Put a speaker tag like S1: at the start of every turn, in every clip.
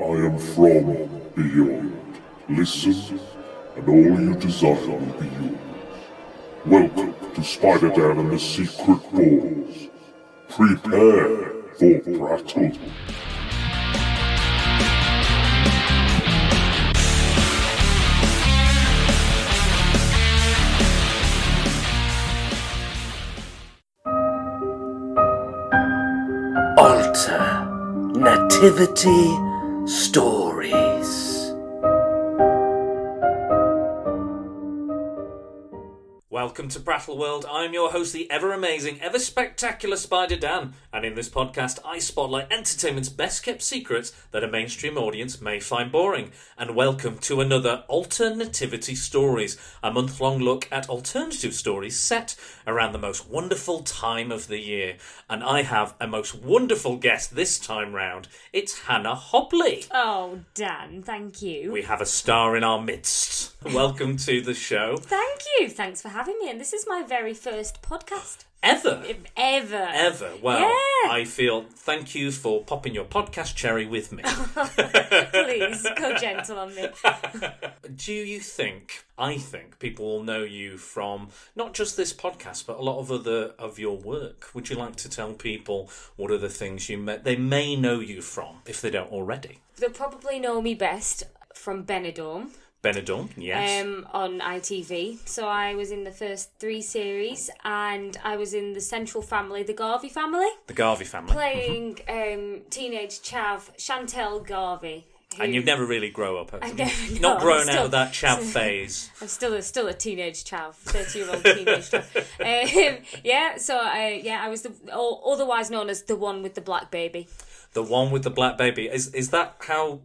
S1: I am from beyond. Listen, and all you desire will be yours. Welcome to Spider-Dan and the Secret Doors. Prepare for battle.
S2: Altar Nativity Stories.
S3: Welcome to Brattle World. I'm your host, the ever amazing, ever spectacular Spider Dan, and in this podcast, I spotlight entertainment's best kept secrets that a mainstream audience may find boring. And welcome to another Alternativity Stories, a month long look at alternative stories set around the most wonderful time of the year. And I have a most wonderful guest this time round. It's Hannah Hobley.
S4: Oh, Dan, thank you.
S3: We have a star in our midst. Welcome to the show.
S4: Thank you. Thanks for having me. And this is my very first podcast
S3: Ever.
S4: if ever.
S3: Ever. Well,
S4: Yeah.
S3: I feel thank you for popping your podcast cherry with me.
S4: Please go gentle on me.
S3: Do you think, I think, people will know you from not just this podcast, but a lot of other of your work? Would you like to tell people what are the things you may, they may know you from if they don't already?
S4: They'll probably know me best from Benidorm
S3: Benidorm, yes.
S4: um, on ITV. So I was in the first three series, and I was in the Central Family, the Garvey family,
S3: the Garvey family.
S4: playing um, teenage chav Chantel Garvey. who-
S3: and you never really grow up. have you?
S4: never-
S3: You've
S4: no,
S3: not grown
S4: I'm
S3: out
S4: still-
S3: of that chav phase.
S4: I'm still a still a teenage chav, thirty year old teenage chav. Um, yeah, so I yeah I was the or otherwise known as the one with the black baby.
S3: The one with the black baby. Is is that how?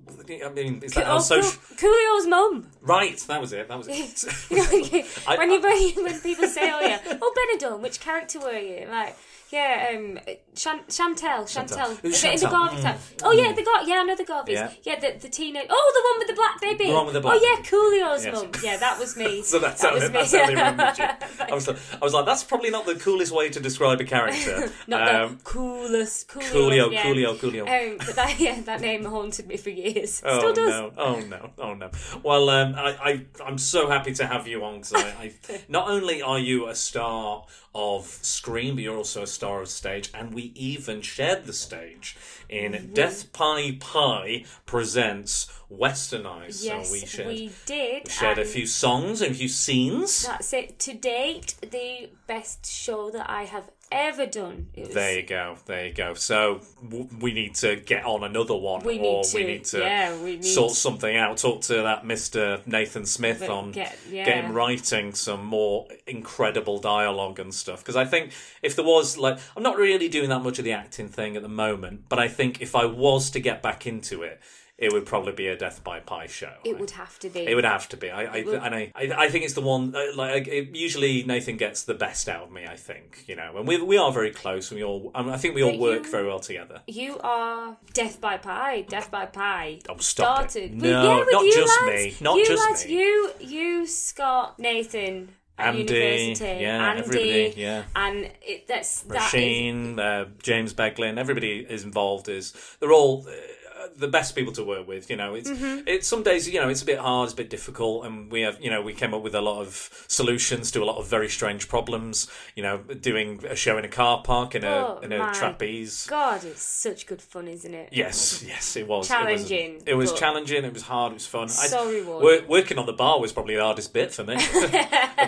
S3: I mean, is that how
S4: Oh,
S3: social?
S4: Cool- Coolio's mum.
S3: Right, that was it. That was
S4: You know,
S3: it.
S4: you-
S3: I-
S4: when you when, when people say, "Oh yeah, oh Benidorm, which character were you?" Like, yeah, um, Chan- Chantel, Chantel,
S3: Who's
S4: the- in the
S3: Chantel? Mm.
S4: Garvey time. Oh yeah, the Gar- yeah, I know the Garveys.
S3: Yeah.
S4: Yeah, the, the teenage. Oh, the one with the black baby.
S3: The one with the black
S4: oh yeah,
S3: baby.
S4: Coolio's
S3: Yes.
S4: mum. Yeah, that was me.
S3: So that's
S4: that
S3: how
S4: was
S3: it, that's
S4: me.
S3: how they remembered you. I was, like, I was like, that's probably not the coolest way to describe a character.
S4: Not
S3: um,
S4: the coolest, coolio,
S3: Coolio,
S4: yeah.
S3: Coolio, Coolio.
S4: Um, but that, yeah, that name haunted me for years.
S3: Oh
S4: Still does.
S3: no! Oh no! Oh no! Well, um, I, I I'm so happy to have you on because I, I not only are you a star of screen, but you're also a star of stage, and we even shared the stage in
S4: Mm-hmm.
S3: Death Pie Pie presents Westernized.
S4: Yes,
S3: so we shared,
S4: we did.
S3: shared a
S4: and
S3: few songs and a few scenes.
S4: That's it. To date, the best show that I have ever done. It was,
S3: There you go. There you go. So w- we need to get on another one,
S4: We need
S3: or we
S4: to,
S3: need to
S4: yeah, we need-
S3: sort something out. Talk to that Mister Nathan Smith
S4: But
S3: on
S4: get- yeah.
S3: him writing some more incredible dialogue and stuff. Because I think if there was like, I'm not really doing that much of the acting thing at the moment, but I think if I was to get back into it, it would probably be a Death by Pie show.
S4: it would have to be.
S3: It would have to be. I, I and I, I, I think it's the one. uh, Like it, usually, Nathan gets the best out of me. I think you know, and we we are very close, and we all. I, mean, I think we all
S4: But
S3: work
S4: you-
S3: very well together.
S4: you are Death by Pie. Death by Pie.
S3: Oh, stop it.
S4: started. with-
S3: No,
S4: yeah, with
S3: not
S4: you
S3: just
S4: lads.
S3: me, not
S4: you
S3: just
S4: lads,
S3: me.
S4: You, you, Scott, Nathan. At
S3: Andy,
S4: university,
S3: yeah,
S4: Andy,
S3: everybody, yeah.
S4: and it, that's that is
S3: Rasheen, uh, James Beglin, everybody is involved. Is they're all uh, the best people to work with. You know, it's
S4: Mm-hmm.
S3: it's some days you know it's a bit hard, it's a bit difficult, and we have you know we came up with a lot of solutions to a lot of very strange problems. You know, doing a show in a car park in a
S4: Oh,
S3: in a
S4: my
S3: trapeze.
S4: God, it's such good fun, isn't it?
S3: Yes, yes, it was It was- It
S4: Challenging,
S3: was,
S4: but-
S3: challenging. It was hard. It was fun.
S4: So rewarding.
S3: wor- working on the bar was probably the hardest bit for me.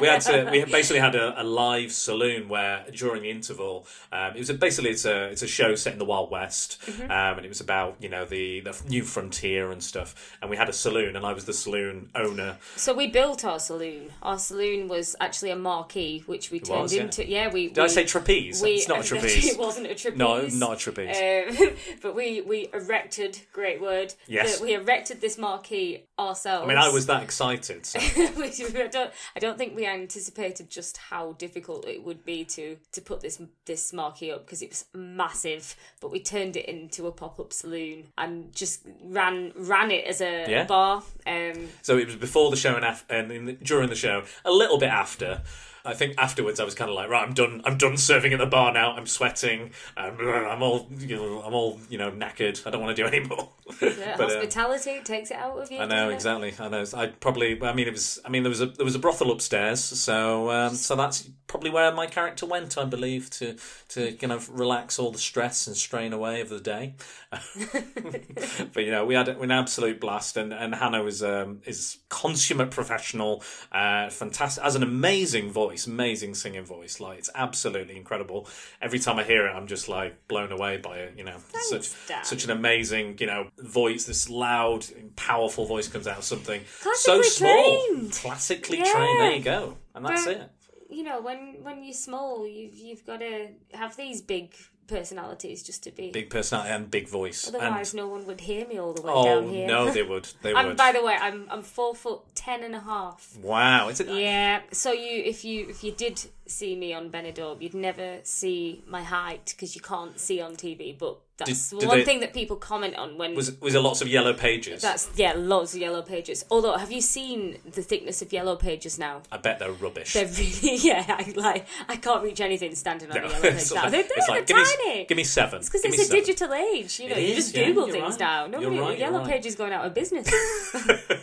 S3: we had to. We basically had a, a live saloon where during the interval, um, it was a, basically it's a it's a show set in the Wild West,
S4: Mm-hmm.
S3: um, and it was about you know the the new frontier and stuff. And we had a saloon, and I was the saloon owner.
S4: So we built our saloon. Our saloon was actually a marquee, which we turned
S3: was, yeah.
S4: into. Yeah, we.
S3: Did I say trapeze? it's not a trapeze.
S4: It wasn't a trapeze.
S3: No, not a trapeze.
S4: Um, but we we erected. Great word.
S3: Yes.
S4: that we erected this marquee ourselves.
S3: I mean, I was that excited. So.
S4: I don't. I don't think we anticipated just how difficult it would be to to put this this marquee up because it was massive. But we turned it into a pop up saloon and just ran ran it as a
S3: Yeah.
S4: bar. Um,
S3: So it was before the show and, af- and in the, during the show, a little bit after. I think afterwards I was kind of like, right, I'm done. I'm done serving at the bar now. I'm sweating. I'm, I'm all, you know, I'm all, you know, knackered. I don't want to do any more.
S4: Yeah,
S3: But, uh,
S4: hospitality takes it out of you.
S3: I know
S4: doesn't it?
S3: exactly. I know. I probably. I mean, it was. I mean, there was a there was a brothel upstairs. So um, so that's probably where my character went. I believe to to kind of relax all the stress and strain away of the day. but you know, we had an absolute blast, and and Hannah was um, is consummate professional, uh, fantastic, has an amazing voice, amazing singing voice. Like it's absolutely incredible. Every time I hear it, I'm just like blown away by it. You know, such
S4: Dan.
S3: such an amazing you know voice. This loud, powerful voice comes out of something so
S4: Classically
S3: small,
S4: trained.
S3: classically
S4: Yeah.
S3: trained. There you go, and that's
S4: Right.
S3: it.
S4: You know, when when you're small, you've you've got to have these big personalities just to be.
S3: Big personality and big voice.
S4: Otherwise,
S3: and,
S4: no one would hear me all the way
S3: oh
S4: down here.
S3: no, they would. They
S4: I'm,
S3: would.
S4: by the way, I'm I'm four foot ten and a half.
S3: wow, it's a,
S4: Yeah. So you, if you, if you did see me on Benidorm, you'd never see my height because you can't see on TV. But that's
S3: Did- did
S4: one
S3: they-
S4: thing that people comment on when
S3: was was there lots of yellow pages.
S4: that's yeah, loads of yellow pages. Although, have you seen the thickness of yellow pages now?
S3: I bet they're rubbish.
S4: They're really yeah, I, like I can't reach anything standing on a
S3: No,
S4: yellow page
S3: it's
S4: now.
S3: like-
S4: They're,
S3: it's
S4: they're,
S3: like,
S4: they're
S3: give
S4: tiny.
S3: Me, give me seven.
S4: It's because
S3: Give me
S4: it's a
S3: seven.
S4: digital age. You know,
S3: It
S4: you
S3: is,
S4: just
S3: yeah,
S4: Google
S3: you're
S4: things
S3: right.
S4: now.
S3: You're
S4: Nobody,
S3: right, you're
S4: Yellow
S3: right.
S4: Page is going out of business.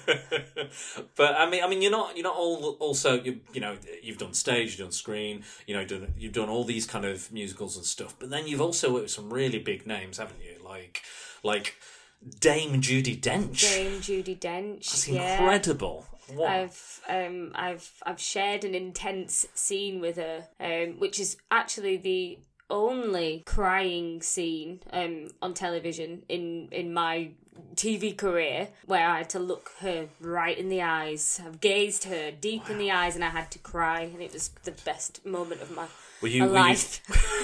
S3: but I mean, I mean, you're not, you're not all. Also, you, you know, you've done stage, you've done screen, you know, done, you've done all these kind of musicals and stuff. But then you've also worked with some really big names, haven't you? Like, like Dame Judy Dench.
S4: Dame Judy Dench.
S3: It's
S4: yeah.
S3: incredible. What?
S4: I've um I've I've shared an intense scene with her, um, which is actually the only crying scene um on television in in my TV career where I had to look her right in the eyes. I've gazed her deep in the eyes and I had to cry and it was the best moment of my
S3: were
S4: my
S3: you, were you,
S4: life.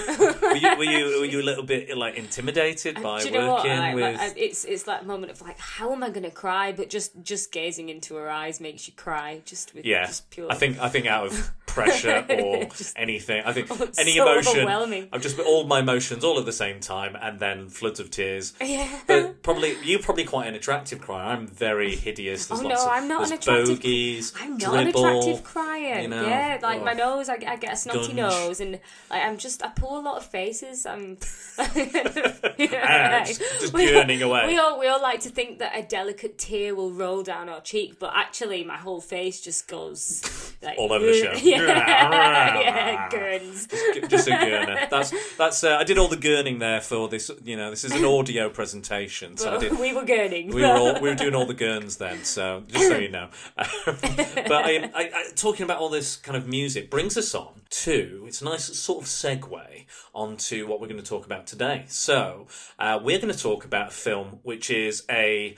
S3: were you, were you, were you a little bit like intimidated by
S4: Do
S3: working
S4: you know what? Like,
S3: with?
S4: like, it's it's like moment of like, how am I going to cry? But just just gazing into her eyes makes you cry. Just with
S3: Yeah,
S4: just pure.
S3: I think I think out of pressure or
S4: Just-
S3: anything. I think
S4: it's
S3: any
S4: so
S3: emotion.
S4: overwhelming.
S3: I've just all my emotions all at the same time, and then floods of tears.
S4: Yeah.
S3: But probably you probably quite an attractive crier. I'm very hideous. There's
S4: Oh,
S3: lots
S4: no,
S3: of,
S4: I'm not
S3: there's
S4: an attractive-
S3: bogeys.
S4: I'm not an attractive crier.
S3: you know,
S4: yeah, like my
S3: oh.
S4: nose, I, I get a snotty
S3: Gunge.
S4: nose, and like, I'm just, I pull a lot of faces. I'm
S3: Ah, just- just
S4: We-
S3: gurning away.
S4: We all we all like to think that a delicate tear will roll down our cheek, but actually, my whole face just goes like,
S3: All over the show.
S4: yeah, yeah, gurns.
S3: Just a gurner. That's that's. Uh, I did all the gurning there for this. You know, this is an audio presentation, so I did.
S4: we were gurning.
S3: We were all we were doing all the gurns then, so just so you know. but I, I, I, talking about all this kind of music brings us on to it's a nice sort of segue onto what we're going to talk about today. So uh, we're going to talk about a film which is a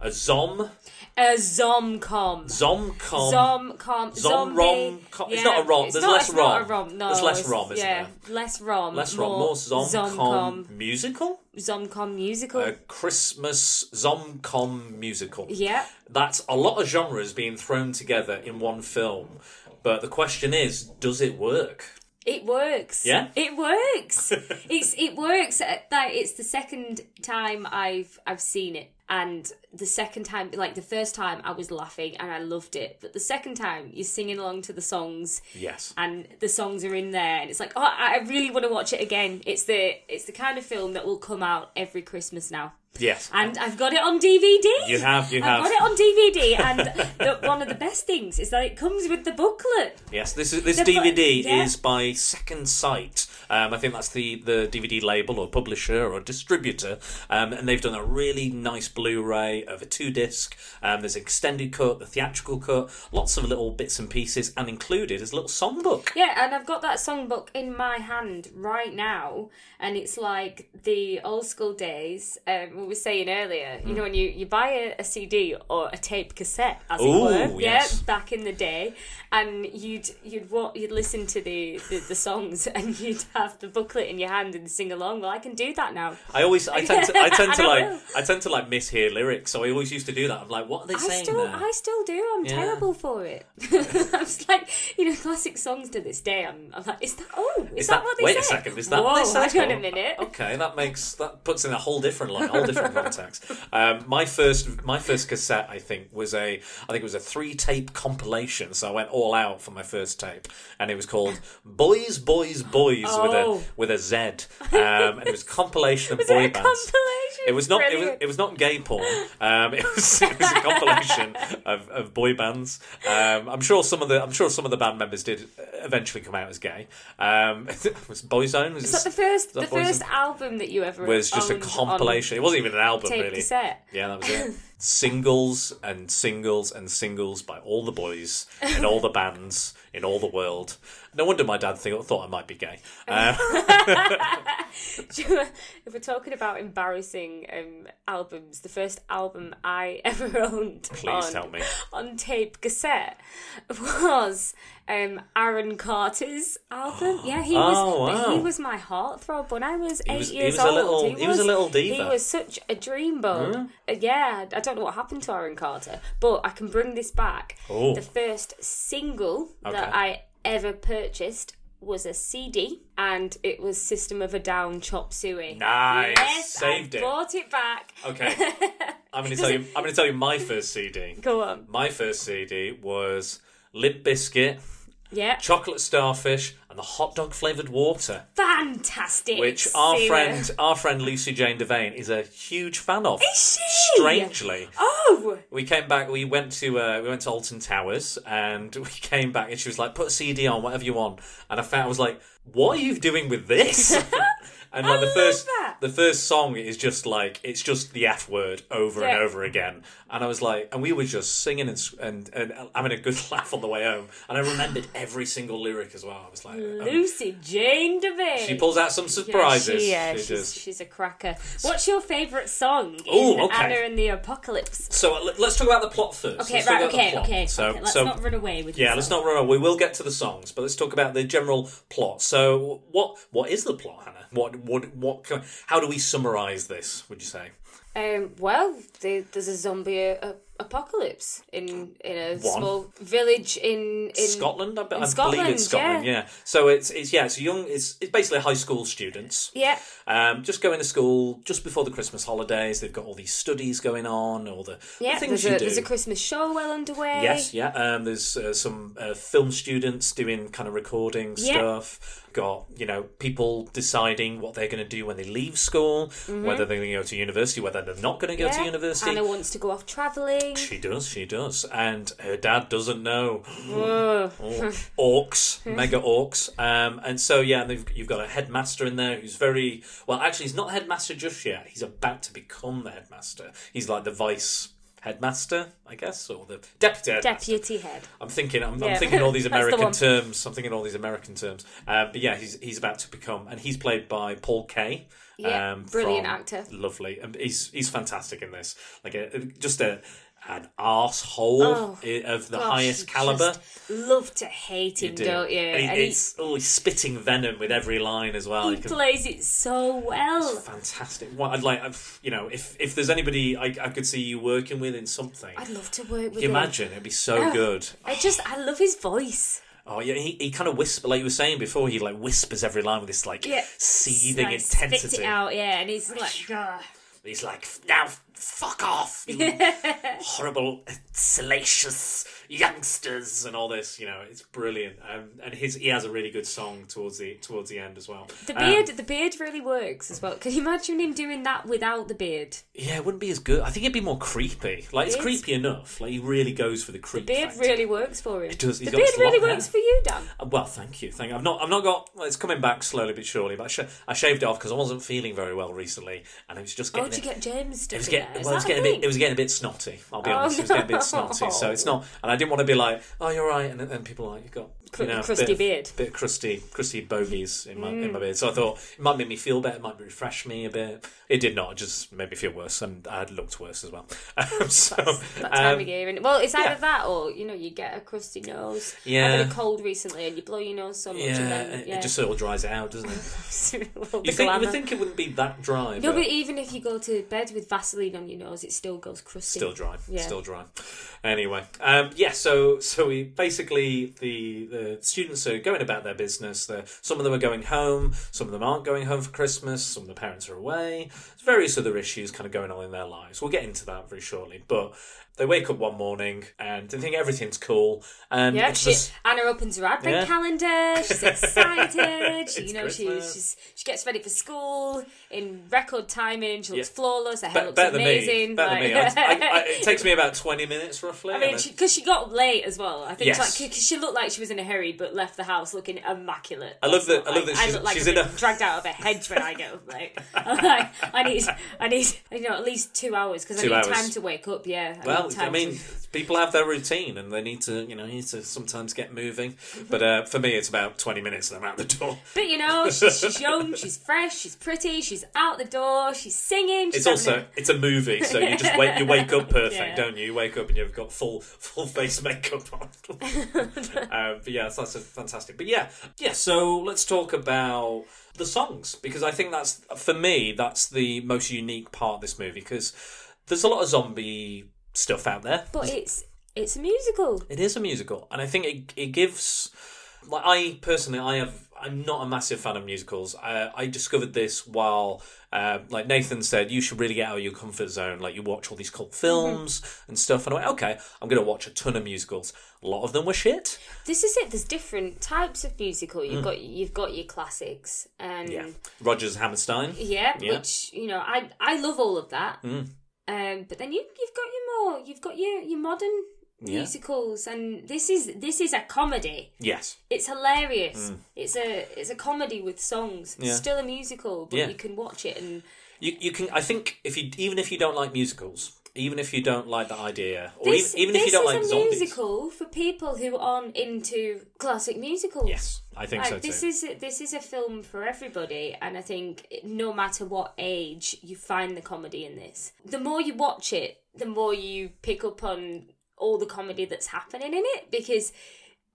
S3: a zom
S4: a zomcom.
S3: zomcom.
S4: Zomcom.
S3: Zom-
S4: zombie.
S3: rom- com- it's not a rom,
S4: It's
S3: there's
S4: not,
S3: less
S4: it's not
S3: rom.
S4: a rom. No,
S3: There's less
S4: it's-
S3: rom, isn't
S4: yeah,
S3: there?
S4: Less rom.
S3: Less
S4: more
S3: rom, more zomcom musical,
S4: Zomcom. Zomcom musical.
S3: a Christmas zomcom musical.
S4: yeah.
S3: that's a lot of genres being thrown together in one film. But the question is, does it work?
S4: It works.
S3: Yeah?
S4: It works. it's it works. Uh, Like it's the second time I've I've seen it. And the second time, like the first time, I was laughing and I loved it. But the second time, you're singing along to the songs,
S3: Yes.
S4: and the songs are in there and it's like oh i I really want to watch it again it's the it's the kind of film that will come out every christmas now
S3: Yes.
S4: and i've got it on dvd
S3: You have, you have.
S4: i've got it on dvd and the, one of the best things is that it comes with the booklet
S3: Yes, this is this
S4: The bu-
S3: DVD
S4: yeah.
S3: is by Second Sight. Um, I think that's the, the DVD label or publisher or distributor, um, and they've done a really nice Blu-ray of a two disc. Um, there's extended cut, the theatrical cut, lots of little bits and pieces, and included is a little songbook.
S4: yeah and i've got that songbook in my hand right now and it's like the old school days um, we were saying earlier
S3: Hmm.
S4: you know when you, you buy a, a cd or a tape cassette as it
S3: Ooh,
S4: were
S3: yes.
S4: yeah back in the day and you'd you'd what you'd listen to the, the, the songs and you'd have the booklet in your hand and sing along well i can do that now
S3: I always, I tend to, I tend to
S4: I
S3: like,
S4: know.
S3: I tend to like mishear lyrics, so I always used to do that. I'm like, what are they
S4: I
S3: saying
S4: still,
S3: there?
S4: I still do. I'm
S3: Yeah.
S4: terrible for it. I'm just like, you know, classic songs to this day. I'm, I'm like, is that? Oh, is, that, what they
S3: wait
S4: say?
S3: a second? Is that
S4: Whoa,
S3: what they Oh. say?
S4: hang on a minute.
S3: Okay, that makes that puts in a whole different light, whole different context. Um, my first, my first cassette, I think, was a, I think it was a three-tape compilation. So I went all out for my first tape, and it was called "Boys, Boys, Boys"
S4: Oh.
S3: with a with a Z, um, and it was a compilation of
S4: Was
S3: boy
S4: it a
S3: bands.
S4: compilation?
S3: It was not. It was,
S4: Brilliant.
S3: it was not gay porn. Um, it, was, it was a compilation of, of boy bands. Um, I'm sure some of the. I'm sure some of the band members did uh, eventually come out as gay. Um, was Boyzone was,
S4: Is that the first
S3: that
S4: the
S3: Boyzone?
S4: first album that you ever
S3: was just a
S4: owned on
S3: compilation. It wasn't even an album,
S4: tape
S3: really.
S4: cassette?
S3: Yeah, that was it. singles and singles and singles by all the boys and all the bands in all the world. No wonder my dad think, thought I might be gay. Um,
S4: if we're talking about embarrassing um, albums, the first album I ever owned
S3: Please
S4: on,
S3: tell me.
S4: on tape cassette was um, Aaron Carter's album. Yeah, he
S3: Oh,
S4: was but
S3: wow.
S4: he was my heartthrob when I was eight
S3: was- he
S4: years
S3: was a
S4: old.
S3: little- he was a little diva.
S4: He was such a dreamboat. Uh, yeah, I don't know what happened to Aaron Carter, but I can bring this back.
S3: Oh.
S4: The first single that
S3: Okay.
S4: I ever purchased was a CD, and it was System of a Down Chop Suey.
S3: Nice.
S4: Yes,
S3: Saved
S4: I
S3: it.
S4: bought it back.
S3: okay, I'm going to tell you. I'm going to tell you my first CD.
S4: Go on.
S3: My first CD was Lip Biscuit,
S4: Yeah.
S3: Chocolate Starfish, and the hot dog flavored water,
S4: Fantastic.
S3: which our
S4: Suey.
S3: friend, our friend Lucy Jane Devane, is a huge fan of.
S4: Is she?
S3: Strangely,
S4: Oh,
S3: we came back. We went to uh, we went to Alton Towers, and we came back, and she was like, "Put a CD on, whatever you want." And I found I was like, "What are you doing with this?" And like the
S4: love
S3: first,
S4: that.
S3: the first song is just like it's just the F word over
S4: Yeah.
S3: and over again. And I was like, and we were just singing and, s- and and having a good laugh on the way home. And I remembered every single lyric as well. I was like, um,
S4: Lucy Jane DeVere.
S3: she pulls out some surprises.
S4: Yeah, she,
S3: She
S4: is. she's,
S3: does.
S4: she's a cracker. What's your favourite song in
S3: Ooh, okay.
S4: Anna and the Apocalypse?
S3: So uh, let- let's talk about the plot first.
S4: Okay,
S3: Let's talk
S4: right,
S3: about the
S4: okay,
S3: plot.
S4: okay.
S3: So
S4: okay, Let's
S3: so
S4: not run away with
S3: Yeah,
S4: this
S3: let's
S4: one.
S3: not run on. We will get to the songs, but let's talk about the general plot. So, what what is the plot, Hannah? What what what? Can, how do we summarize this? Would you say?
S4: Um, well, the, there's a zombie uh, apocalypse in in a
S3: One.
S4: small village in, in
S3: Scotland, I, be-
S4: in
S3: I believe
S4: Scotland,
S3: it's Scotland. Yeah.
S4: yeah.
S3: So it's it's yeah. It's a young. It's it's basically high school students.
S4: Yeah.
S3: Um, just going to school just before the Christmas holidays. They've got all these studies going on. All the, the
S4: Yeah,
S3: things
S4: there's
S3: you
S4: a,
S3: do.
S4: there's a Christmas show well underway.
S3: Yes, yeah. Um, there's uh, some uh, film students doing kind of recording
S4: Yeah.
S3: stuff. Got you know people deciding what they're going to do when they leave school, whether they're going to go to university, whether they're not going to go to
S4: Mm-hmm. Yeah.
S3: university.
S4: Anna wants to go off travelling.
S3: she does, she does, and her dad doesn't know. Oh, orcs, mega orcs, um, and so yeah, and they've, you've got a headmaster in there who's very well. Actually, he's not headmaster just yet. He's about to become the headmaster. He's like the vice headmaster, I guess, or the deputy headmaster.
S4: Deputy head.
S3: I'm thinking. I'm, I'm
S4: Yeah.
S3: thinking all these
S4: That's the
S3: American
S4: one.
S3: terms. I'm thinking all these American terms. Um, but yeah, he's he's about to become, and he's played by Paul Kay. Um,
S4: Yeah, brilliant actor.
S3: Lovely. Um, he's he's fantastic in this. Like a, just a an arsehole
S4: Oh,
S3: i- of the
S4: Gosh,
S3: highest
S4: you
S3: caliber.
S4: just Love to hate him,
S3: You do.
S4: not you?
S3: And he-
S4: And he-
S3: it's oh, he's spitting venom with every line as well.
S4: he,
S3: You can-
S4: plays it so well.
S3: fantastic. What I'd like, I've, you know, if if there's anybody I, I could see you working with in something,
S4: I'd love to work with
S3: you
S4: him.
S3: imagine it'd be so
S4: Oh,
S3: good.
S4: I just I love his voice.
S3: Oh yeah, he, he kind of whisper like you were saying before. He like whispers every line with this like
S4: Yeah.
S3: seething
S4: Like, Spits
S3: intensity.
S4: it out, yeah, and he's like, "Ugh."
S3: He's like, now fuck off, you horrible, salacious youngsters, and all this. You know, it's brilliant. Um, and his he has a really good song towards the towards the end as well.
S4: the
S3: Um,
S4: beard. the beard really works as well. Can you imagine him doing that without the beard?
S3: yeah, it wouldn't be as good. I think it'd be more creepy. Like it's
S4: It is.
S3: creepy enough. Like he really goes for the creep.
S4: Beard
S3: factor.
S4: really works for him. It
S3: does, he's
S4: The
S3: got
S4: beard
S3: this
S4: really
S3: long hair.
S4: works for you, Dan.
S3: Uh, Well, thank you. Thank. I've not. I've not got. Well, it's coming back slowly but surely. But I, sh- I shaved it off because I wasn't feeling very well recently, and it was just
S4: Oh,
S3: getting.
S4: did you
S3: it-
S4: get James to
S3: It was
S4: do
S3: getting
S4: that? Is
S3: well. It was
S4: that a
S3: getting a bit.
S4: thing?
S3: It was getting a bit snotty. I'll be
S4: Oh,
S3: honest. It was getting a
S4: no.
S3: bit snotty. So it's not. And I didn't want to be like, oh, you're right. And then and people are like, you've got
S4: Cru-
S3: you know, a
S4: crusty
S3: bit of-
S4: beard. Mm.
S3: bit crusty, crusty bogies in my in my beard. So I thought it might make me feel better. It might refresh me a bit. It did not. It just made me feel worse, and I looked worse as well. Um, so
S4: that time
S3: um,
S4: of year. And, well, it's either
S3: yeah.
S4: that or you know you get a crusty nose.
S3: Yeah.
S4: I've had a cold recently, and you blow your nose so much,
S3: yeah,
S4: and then
S3: it-
S4: yeah.
S3: it just all dries out, doesn't it?
S4: Well, the
S3: You think you
S4: glamour.
S3: would think it wouldn't be that dry?
S4: No,
S3: but-
S4: but even if you go to bed with Vaseline on your nose, it still goes crusty.
S3: still dry
S4: Yeah.
S3: still dry anyway um yeah so so we basically the the uh, students are going about their business. They're, some of them are going home, some of them aren't going home for Christmas, some of the parents are away. There's various other issues kind of going on in their lives. We'll get into that very shortly. But they wake up one morning and they think everything's cool. And
S4: Yeah,
S3: it's
S4: she,
S3: just-
S4: Anna opens her advent
S3: Yeah.
S4: calendar. She's excited. she,
S3: It's
S4: you know, she,
S3: Christmas.
S4: she's, she gets ready for school in record timing. She looks
S3: Yeah.
S4: flawless. Her
S3: Be-
S4: hair looks
S3: better
S4: amazing.
S3: than me. Better than me. I,
S4: like-
S3: I, I, it takes me about twenty minutes roughly.
S4: I
S3: and
S4: mean,
S3: then-
S4: because she, got late as well. I think
S3: Yes.
S4: like, cause she looked like she was in a hurry, but left the house looking immaculate.
S3: I love that-
S4: Like,
S3: I love that she's-
S4: look like
S3: she's
S4: I've
S3: in a-
S4: been dragged out of a hedge when I go. Like, I'm like, I need, I need, you know, at least two hours because I
S3: Two
S4: need
S3: hours.
S4: time to wake up. Yeah. I
S3: well,
S4: need time
S3: I mean,
S4: to-
S3: people have their routine and they need to, you know, need to sometimes get moving. But uh, for me, it's about twenty minutes and I'm out the door.
S4: but you know, she's, she's young, she's fresh, she's pretty, she's out the door, she's singing. She's
S3: It's also
S4: having
S3: it's a movie, so you just wake you wake up perfect,
S4: Yeah.
S3: don't you? You wake up and you've got full full face makeup on. um, but yeah, so that's a fantastic. But yeah, yeah. So let's talk about the songs because I think that's for me that's the most unique part of this movie because there's a lot of zombie stuff out there.
S4: a- but it's it's a musical.
S3: It is a musical, and I think it it gives. Like I personally, I have. I'm not a massive fan of musicals. I, I discovered this while, uh, like Nathan said, you should really get out of your comfort zone. Like you watch all these
S4: Mm-hmm.
S3: cult films and stuff, and I went, okay, I'm going to watch a ton of musicals. A lot of them were shit.
S4: This is it. There's different types of musical.
S3: Mm.
S4: You've got you've got your classics and.
S3: Rogers Hammerstein.
S4: Yeah,
S3: Yeah. Mm.
S4: which you know, I I love all of that. Um, but then you you've got your more you've got your your modern
S3: Yeah.
S4: musicals, and this is this is a comedy.
S3: Yes.
S4: It's hilarious. It's a it's a comedy with songs.
S3: Mm. Yeah.
S4: It's still a musical, but
S3: Yeah.
S4: you can watch it and
S3: You you can. I think if you even if you don't like musicals, even if you don't like the idea, or
S4: this,
S3: even, even
S4: this
S3: if you don't
S4: is
S3: like
S4: a
S3: zombies.
S4: musical for people who aren't into classic musicals.
S3: Yes, I think so
S4: Like,
S3: too.
S4: this is this is a film for everybody, and I think no matter what age, you find the comedy in this. The more you watch it, the more you pick up on all the comedy that's happening in it because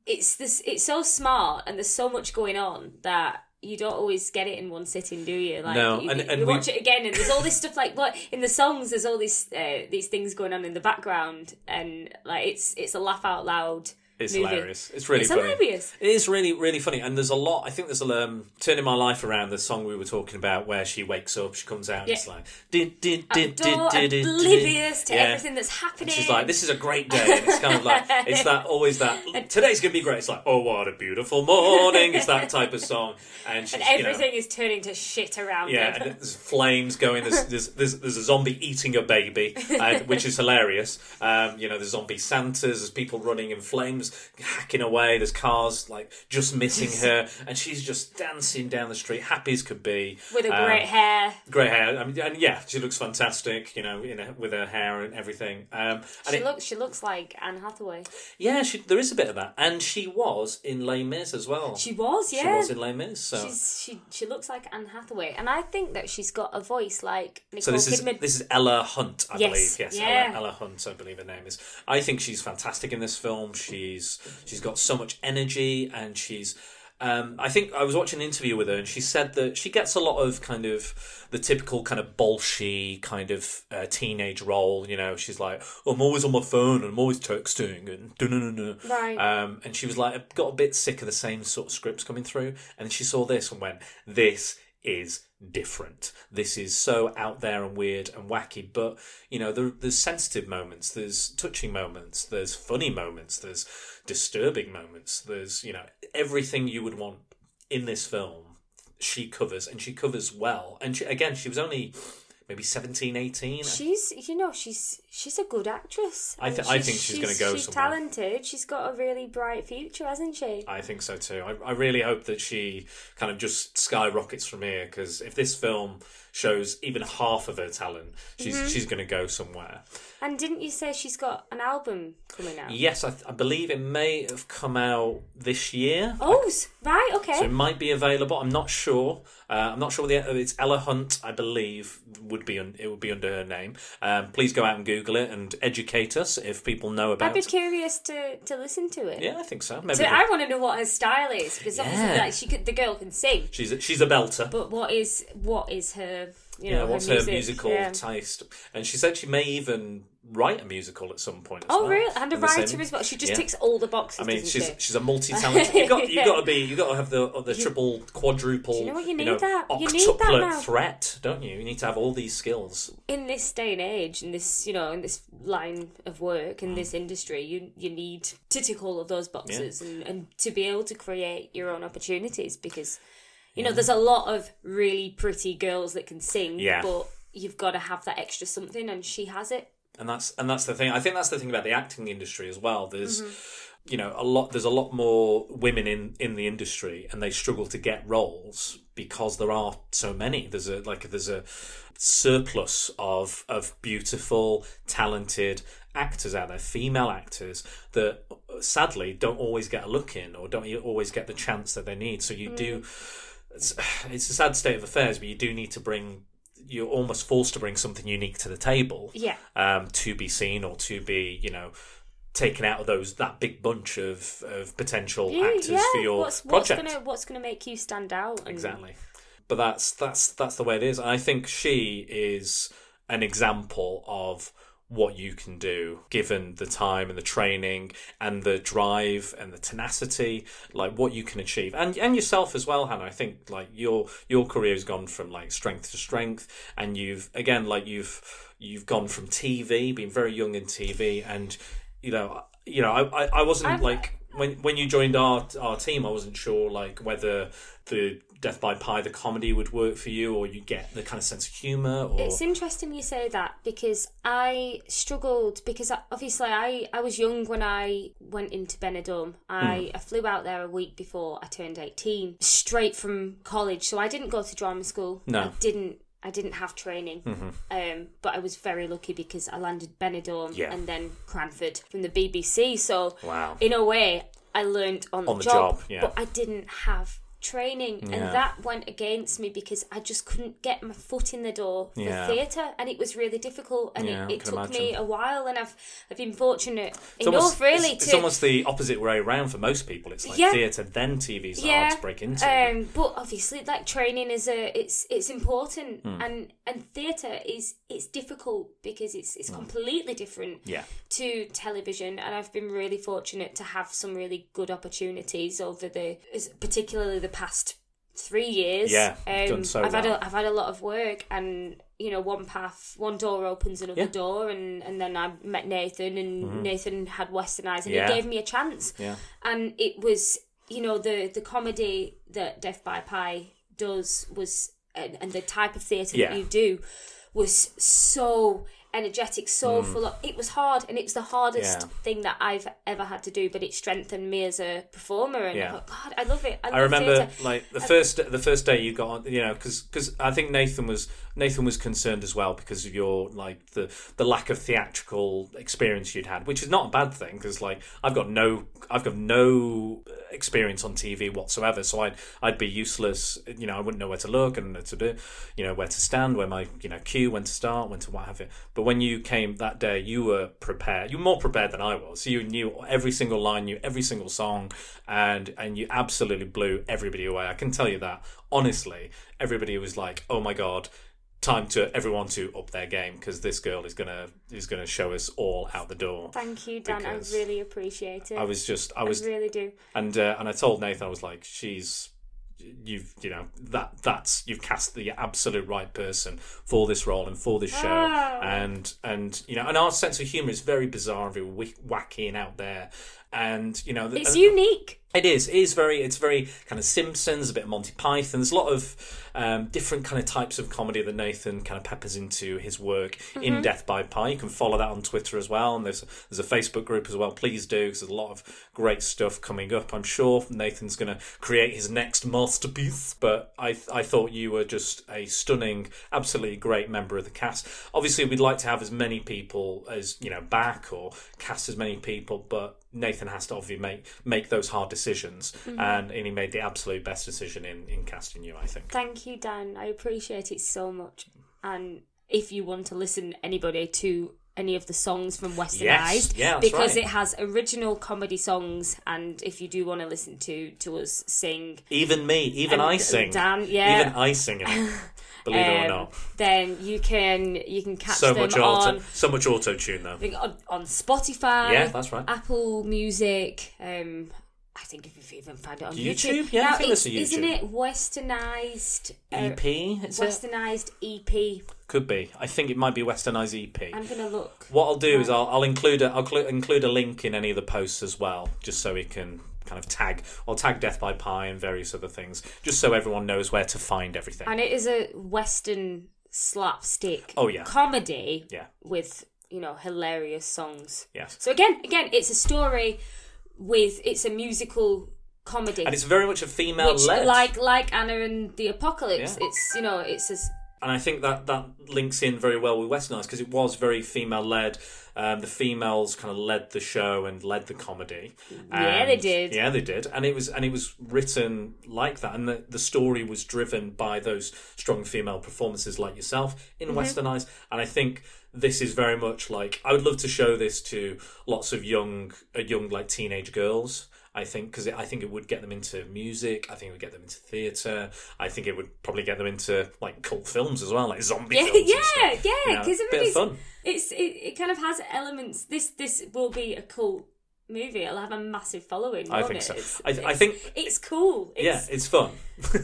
S4: it's this it's so smart and there's so much going on that you don't always get it in one sitting, do you? Like
S3: No,
S4: you,
S3: and-
S4: you
S3: and we-
S4: watch it again, and there's all this stuff like what in the songs. There's all these uh, these things going on in the background, and like it's it's a laugh out loud.
S3: It's
S4: movie.
S3: hilarious. It's really
S4: It's
S3: funny.
S4: hilarious.
S3: It is really, really funny. And there's a lot. I think there's a um, turning my life around. The song we were talking about, where she wakes up, she comes out, and
S4: Yeah.
S3: it's like, did, did, did, did,
S4: Door
S3: did, did,
S4: oblivious to
S3: Yeah.
S4: everything that's happening.
S3: And she's like, this is a great day. And it's kind of like, it's that always that today's gonna be great. It's like, oh, what a beautiful morning. It's that type of song. And she's
S4: and
S3: you know,
S4: everything is turning to shit around
S3: yeah,
S4: him.
S3: and there's flames going. There's there's, there's, there's a zombie eating a baby, uh, which is hilarious. Um, you know, there's zombie Santas. There's people running in flames, hacking away. There's cars like just missing her, and she's just dancing down the street, happy as could be,
S4: with a
S3: Um,
S4: great hair.
S3: grey hair. I mean, and yeah, she looks fantastic. You know, in a, with her hair and everything. Um, and
S4: She
S3: it-
S4: looks she looks like Anne Hathaway.
S3: yeah, she, there is a bit of that, and she was in Les Mis as well.
S4: She was, yeah.
S3: She was in Les Mis. So.
S4: She's, she she looks like Anne Hathaway, and I think that she's got a voice like Nicole
S3: So this is
S4: Kidman.
S3: this is Ella Hunt, I
S4: Yes,
S3: believe. Yes,
S4: yeah.
S3: Ella, Ella Hunt, I believe her name is. I think she's fantastic in this film. She's she's got so much energy, and she's. Um, I think I was watching an interview with her, and she said that she gets a lot of kind of the typical kind of bolshy kind of uh, teenage role. You know, she's like, "Oh, "I'm always on my phone, and I'm always texting," and no, no, no, no.
S4: Right.
S3: Um, and she was like, I got a bit sick of the same sort of scripts coming through. And she saw this and went, this is different. This is so out there and weird and wacky. But, you know, there, there's sensitive moments, there's touching moments, there's funny moments, there's disturbing moments, there's, you know, everything you would want in this film she covers and she covers well and she, again she was only maybe 17 18
S4: She's, you know, she's she's a good actress.
S3: I
S4: And
S3: thi- I think she's gonna go
S4: She's
S3: somewhere.
S4: talented. She's got a really bright future, hasn't she?
S3: I think so too. I, I really hope that she kind of just skyrockets from here because if this film shows even half of her talent, she's
S4: Mm-hmm.
S3: she's going to go somewhere.
S4: And didn't you say she's got an album coming out?
S3: Yes, I, th- I believe it may have come out this year.
S4: Oh, s- right. Okay.
S3: So it might be available. I'm not sure. Uh, I'm not sure what the it's Ella Hunt, I believe, would be un, it would be under her name. Um, please go out and Google it and educate us if people know
S4: I'd
S3: about.
S4: be
S3: it.
S4: curious to to listen to it.
S3: Yeah, I think so. Maybe
S4: So
S3: the-
S4: I want to know what her style is because obviously,
S3: Yeah.
S4: like, she could, the girl can sing,
S3: she's a, she's a belter.
S4: but what is what is her? You know,
S3: yeah, what's her
S4: music?
S3: musical
S4: Yeah.
S3: taste? And she said she may even write a musical at some point. As
S4: Oh,
S3: well,
S4: really? And a
S3: in the same-
S4: writer as well. She just
S3: Yeah.
S4: ticks all the boxes.
S3: I mean,
S4: doesn't
S3: she's
S4: she?
S3: she's a multi-talented. You got you
S4: Yeah.
S3: got to be. You got to have the the triple, quadruple.
S4: Do you know what? You need
S3: know,
S4: that. You need that
S3: octuplet
S4: now.
S3: threat, don't you? You need to have all these skills.
S4: in this day and age, in this you know, in this line of work, in this industry, you you need to tick all of those boxes and, and to be able to create your own opportunities because you know there's a lot of really pretty girls that can sing,
S3: Yeah.
S4: but you've got to have that extra something, and she has it.
S3: and that's and that's the thing. I think that's the thing about the acting industry as well. There's you know a lot. There's a lot more women in in the industry, and they struggle to get roles because there are so many. There's a like there's a surplus of of beautiful, talented actors out there, female actors that sadly don't always get a look in or don't e-, always get the chance that they need. So you do. It's, it's a sad state of affairs, but you do need to bring. You're almost forced to bring something unique to the table
S4: Yeah,
S3: um, to be seen or to be, you know, taken out of those that big bunch of, of potential actors for your
S4: what's, what's
S3: project.
S4: gonna what's gonna make you stand out? and-
S3: Exactly. But that's that's that's the way it is. And I think she is an example of what you can do given the time and the training and the drive and the tenacity like what you can achieve and and yourself as well hannah i think like your your career has gone from like strength to strength and you've again like you've you've gone from tv being very young in tv and you know you know i i, I wasn't
S4: I've-
S3: like when when you joined our our team, I wasn't sure like whether the Death by Pie the comedy would work for you, or you get the kind of sense of humor, or
S4: It's interesting you say that because I struggled because I- obviously I, I was young when I went into Benidorm. I,
S3: Hmm.
S4: I flew out there a week before I turned 18 straight from college. So I didn't go to drama school.
S3: No. Mm-hmm.
S4: I didn't I didn't have training. Um, but I was very lucky because I landed Benidorm
S3: Yeah.
S4: and then Cranford from the BBC. So
S3: Wow.
S4: in a way I learned on the,
S3: On the
S4: job,
S3: job, yeah.
S4: but I didn't have training
S3: Yeah.
S4: and that went against me because I just couldn't get my foot in the door for
S3: Yeah.
S4: theatre and it was really difficult and
S3: Yeah, I
S4: it, it
S3: can
S4: took me
S3: imagine.
S4: a while and I've I've been fortunate
S3: it's
S4: enough
S3: almost,
S4: really
S3: it's,
S4: to
S3: it's almost the opposite way around for most people. It's like
S4: Yeah.
S3: theatre, then TV's hard to break into.
S4: Um, but obviously, like training is a it's it's important,
S3: Hmm.
S4: and and theatre is it's difficult because it's it's completely different
S3: Hmm. Yeah.
S4: to television. And I've been really fortunate to have some really good opportunities over the is- particularly the past three years. Um,
S3: Yeah, you've done so
S4: I've had
S3: well.
S4: a, I've had a lot of work and. You know, one path, one door opens another
S3: Yeah. Mm-hmm.
S4: door, and, and then I met Nathan, and Nathan had Western eyes, and
S3: Yeah.
S4: he gave me a chance
S3: yeah,
S4: and it was you know the the comedy that Death by Pie does was and, and the type of theatre
S3: Yeah.
S4: that you do was so energetic so full of it was hard and it was the hardest
S3: Mm. Yeah.
S4: thing that I've ever had to do but it strengthened me as a performer and
S3: Yeah.
S4: I thought, god I love it I,
S3: I
S4: love
S3: remember
S4: theatre.
S3: like the first the first day you got on, you know, because I think Nathan was Nathan was concerned as well because of your like the the lack of theatrical experience you'd had, which is not a bad thing because like I've got no I've got no experience on TV whatsoever, so I'd I'd be useless. You know, I wouldn't know where to look and to do, you know, where to stand, where my you know cue, when to start, when to what have you. But when you came that day, you were prepared. You were more prepared than I was. You knew every single line, knew every single song, and and you absolutely blew everybody away. I can tell you that honestly. Everybody was like, "Oh my god." Time to everyone to up their game because this girl is gonna is gonna show us all out the door.
S4: thank you Dan I
S3: because
S4: really appreciate it
S3: I was just I
S4: I
S3: was
S4: really do
S3: and uh, and I told Nathan I was like, she's you've you know that that's you've cast the absolute right person for this role and for this show
S4: Oh.
S3: and and you know and our sense of humor is very bizarre and very wi- wacky and out there and you know th-
S4: it's
S3: and-
S4: unique
S3: it is. It is very. It's very kind of Simpsons, a bit of Monty Python. There's a lot of um, different kind of types of comedy that Nathan kind of peppers into his work in Death by Pie. You can follow that on Twitter as well, and there's there's a Facebook group as well. Please do, because there's a lot of great stuff coming up. I'm sure Nathan's going to create his next masterpiece. But I I thought you were just a stunning, absolutely great member of the cast. Obviously, we'd like to have as many people as you know back or cast as many people, but Nathan has to obviously make make those hard decisions,
S4: Mm-hmm.
S3: and, and he made the absolute best decision in, in casting you. I think.
S4: Thank you, Dan. I appreciate it so much. And if you want to listen, anybody to any of the songs from Westernized,
S3: Yes. Yeah, that's
S4: because
S3: right.
S4: it has original comedy songs, and if you do want to listen to to us sing,
S3: Even me, even
S4: And
S3: I sing.
S4: Dan, yeah.
S3: Even I sing it. Believe it or
S4: um,
S3: not.
S4: then you can you can catch
S3: So
S4: them
S3: much
S4: on
S3: auto, so much auto tune though.
S4: I think on, on Spotify.
S3: Yeah, that's right.
S4: Apple Music. Um, I think if you even find it on YouTube.
S3: YouTube? Yeah, I
S4: Now,
S3: think
S4: it's-
S3: there's a
S4: Isn't
S3: YouTube.
S4: it westernized? uh,
S3: EP, E is it?
S4: Westernized EP.
S3: Could be. I think it might be Westernized E EP.
S4: I'm gonna look.
S3: What I'll do is I'll, I'll include a, I'll clu- include a link in any of the posts as well, just so we can kind of tag. I'll tag Death by Pie and various other things, just so everyone knows where to find everything.
S4: And it is a Western slapstick.
S3: Oh, yeah.
S4: Comedy.
S3: Yeah.
S4: With you know hilarious songs.
S3: Yes,
S4: So again, again, it's a story with it's a musical comedy.
S3: and it's very much a female
S4: which,
S3: led.
S4: like like Anna and the Apocalypse,
S3: Yeah.
S4: it's you know it's as
S3: and I think that that links in very well with Westernized because it was very female led. Um, the females kind of led the show and led the comedy.
S4: Yeah,
S3: And-
S4: they did.
S3: Yeah, they did, and it was and it was written like that, and the, the story was driven by those strong female performances, like yourself in
S4: Mm-hmm.
S3: Westernized. And I think this is very much like I would love to show this to lots of young, uh, young like teenage girls. I think because I think it would get them into music. I think it would get them into theatre. I think it would probably get them into like cult films as well, like zombie
S4: yeah,
S3: films. and stuff.
S4: yeah,
S3: You
S4: yeah.
S3: know,
S4: Because
S3: bit of fun.
S4: It's it, it kind of has elements. This this will be a cult movie. It'll have a massive following.
S3: I
S4: won't
S3: think
S4: it?
S3: so.
S4: It's,
S3: I th- I
S4: it's-
S3: think-
S4: it's cool.
S3: Yeah,
S4: It's,
S3: it's fun.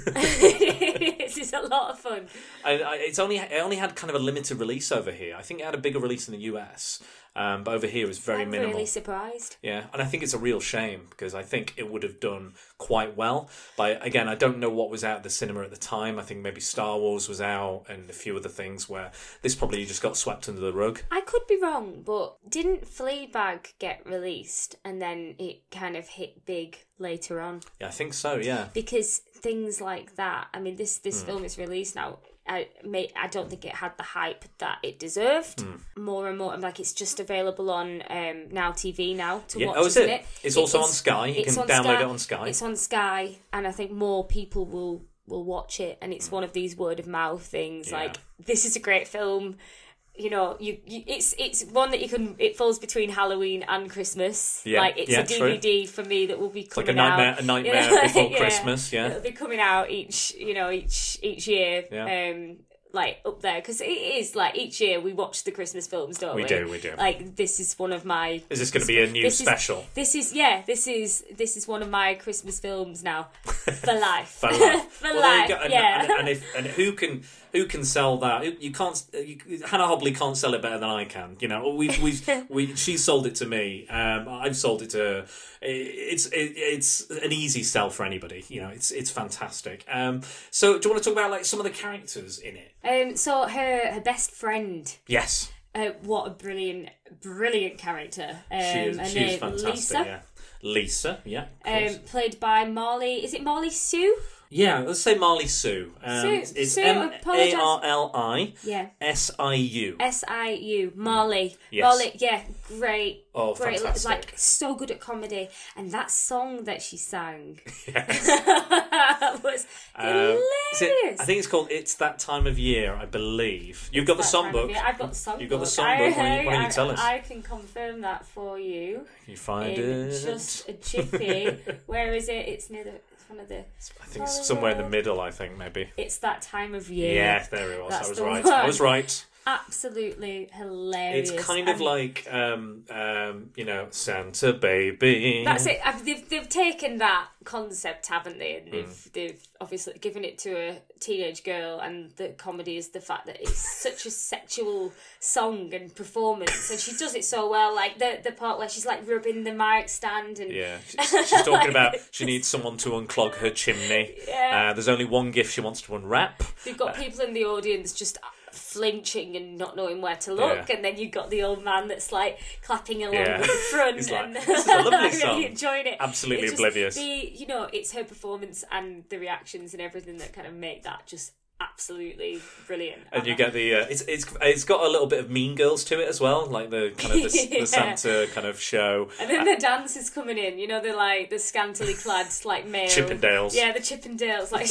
S4: it's, it's a lot of fun.
S3: I, I, it's only it only had kind of a limited release over here. I think it had a bigger release in the US, um, but over here it was very
S4: I'm
S3: minimal.
S4: really surprised.
S3: Yeah, and I think it's a real shame because I think it would have done quite well. But again, I don't know what was out at the cinema at the time. I think maybe Star Wars was out and a few other things where this probably just got swept under the rug.
S4: I could be wrong, but didn't Fleabag get released and then it kind of hit big later on?
S3: Yeah, I think so. Yeah, Hmm.
S4: because things like that. I mean, this this film is released now. I may I don't think it had the hype that it deserved.
S3: Hmm.
S4: More and more, I'm like it's just available on um, now TV now to
S3: Yeah.
S4: watch.
S3: Oh, is
S4: isn't
S3: it? It's also on Sky. You
S4: it's
S3: can download it on Sky.
S4: It's on Sky, and I think more people will will watch it. And it's one of these word of mouth things.
S3: Hmm. Yeah.
S4: Like this is a great film. You know, you, you it's it's one that you can. It falls between Halloween and Christmas.
S3: Yeah.
S4: Like it's
S3: Yeah,
S4: a
S3: true.
S4: DVD for me that will be
S3: like
S4: coming
S3: a nightmare-
S4: out.
S3: a nightmare before Christmas, yeah.
S4: it'll be coming out each you know each each year.
S3: Yeah.
S4: Um, like up there because it is like each year we watch the Christmas films, don't we?
S3: We do, we do.
S4: Like this is one of my.
S3: is this going to be a new
S4: This is-
S3: special?
S4: This is yeah. This is this is one of my Christmas films now for life.
S3: for life.
S4: For
S3: Well, there you
S4: life,
S3: go. And,
S4: yeah.
S3: and, and if and who can who can sell that? You- You can't. You, Hannah Hobley can't sell it better than I can. You know, we we we she sold it to me. Um, I've sold it to her. I- It's it, it's an easy sell for anybody. You know, it's it's fantastic. Um, so do you want to talk about like some of the characters in it?
S4: Um, so her her best friend.
S3: Yes,
S4: Uh, what a brilliant, brilliant character.
S3: she
S4: Um, her
S3: is. She is
S4: name,
S3: fantastic.
S4: Lisa,
S3: Yeah, Lisa. Yeah. of course.
S4: um, played by Molly. Is it Molly Sue?
S3: yeah, let's say Marley Sue. Um,
S4: Sue-
S3: it's
S4: Sue,
S3: M A
S4: apologise.
S3: R L I
S4: Yeah.
S3: S I U.
S4: S I U Marley.
S3: Mm. Yes.
S4: Marley, yeah, great.
S3: Oh,
S4: great.
S3: fantastic.
S4: Like so good at comedy, and that song that she sang was
S3: Um,
S4: hilarious.
S3: is it- I think it's called "It's That Time of Year," I believe. You've got the
S4: That time of
S3: songbook.
S4: year. I've got the songbook.
S3: You've got the
S4: I-
S3: songbook. Why don't you- why don't you
S4: I-
S3: tell us?
S4: I can confirm that for you
S3: You find
S4: in
S3: it.
S4: just a jiffy. Where is it? It's near the. It's one of the.
S3: I think it's somewhere in the middle. I think maybe.
S4: It's that time of year.
S3: Yeah, there it was.
S4: That's
S3: I was
S4: the
S3: right.
S4: one.
S3: I was right.
S4: Absolutely hilarious.
S3: It's kind of
S4: And
S3: like, um, um, you know, Santa Baby.
S4: That's it. I've, they've they've taken that concept, haven't they? And they've they've obviously given it to a teenage girl, and the comedy is the fact that it's such a sexual song and performance, and she does it so well. Like the the part where she's like rubbing the mic stand, and
S3: Yeah, she's, she's talking about she needs someone to unclog her chimney.
S4: Yeah.
S3: Uh, there's only one gift she wants to unwrap.
S4: you've got
S3: Uh,
S4: people in the audience just uh, flinching and not knowing where to look,
S3: Yeah.
S4: and then you've got the old man that's like clapping along
S3: Yeah.
S4: with the front.
S3: He's like,
S4: and
S3: "This is a lovely
S4: I really
S3: song."
S4: enjoyed it.
S3: Absolutely
S4: It's just
S3: oblivious.
S4: The, you know, it's her performance and the reactions and everything that kind of make that just absolutely brilliant.
S3: And you get the uh, it's it's it's got a little bit of Mean Girls to it as well, like the kind of the,
S4: Yeah.
S3: the Santa kind of show.
S4: And then the dancers coming in, you know, they're like the scantily clad, like male
S3: Chippendales.
S4: Yeah, the Chippendales, like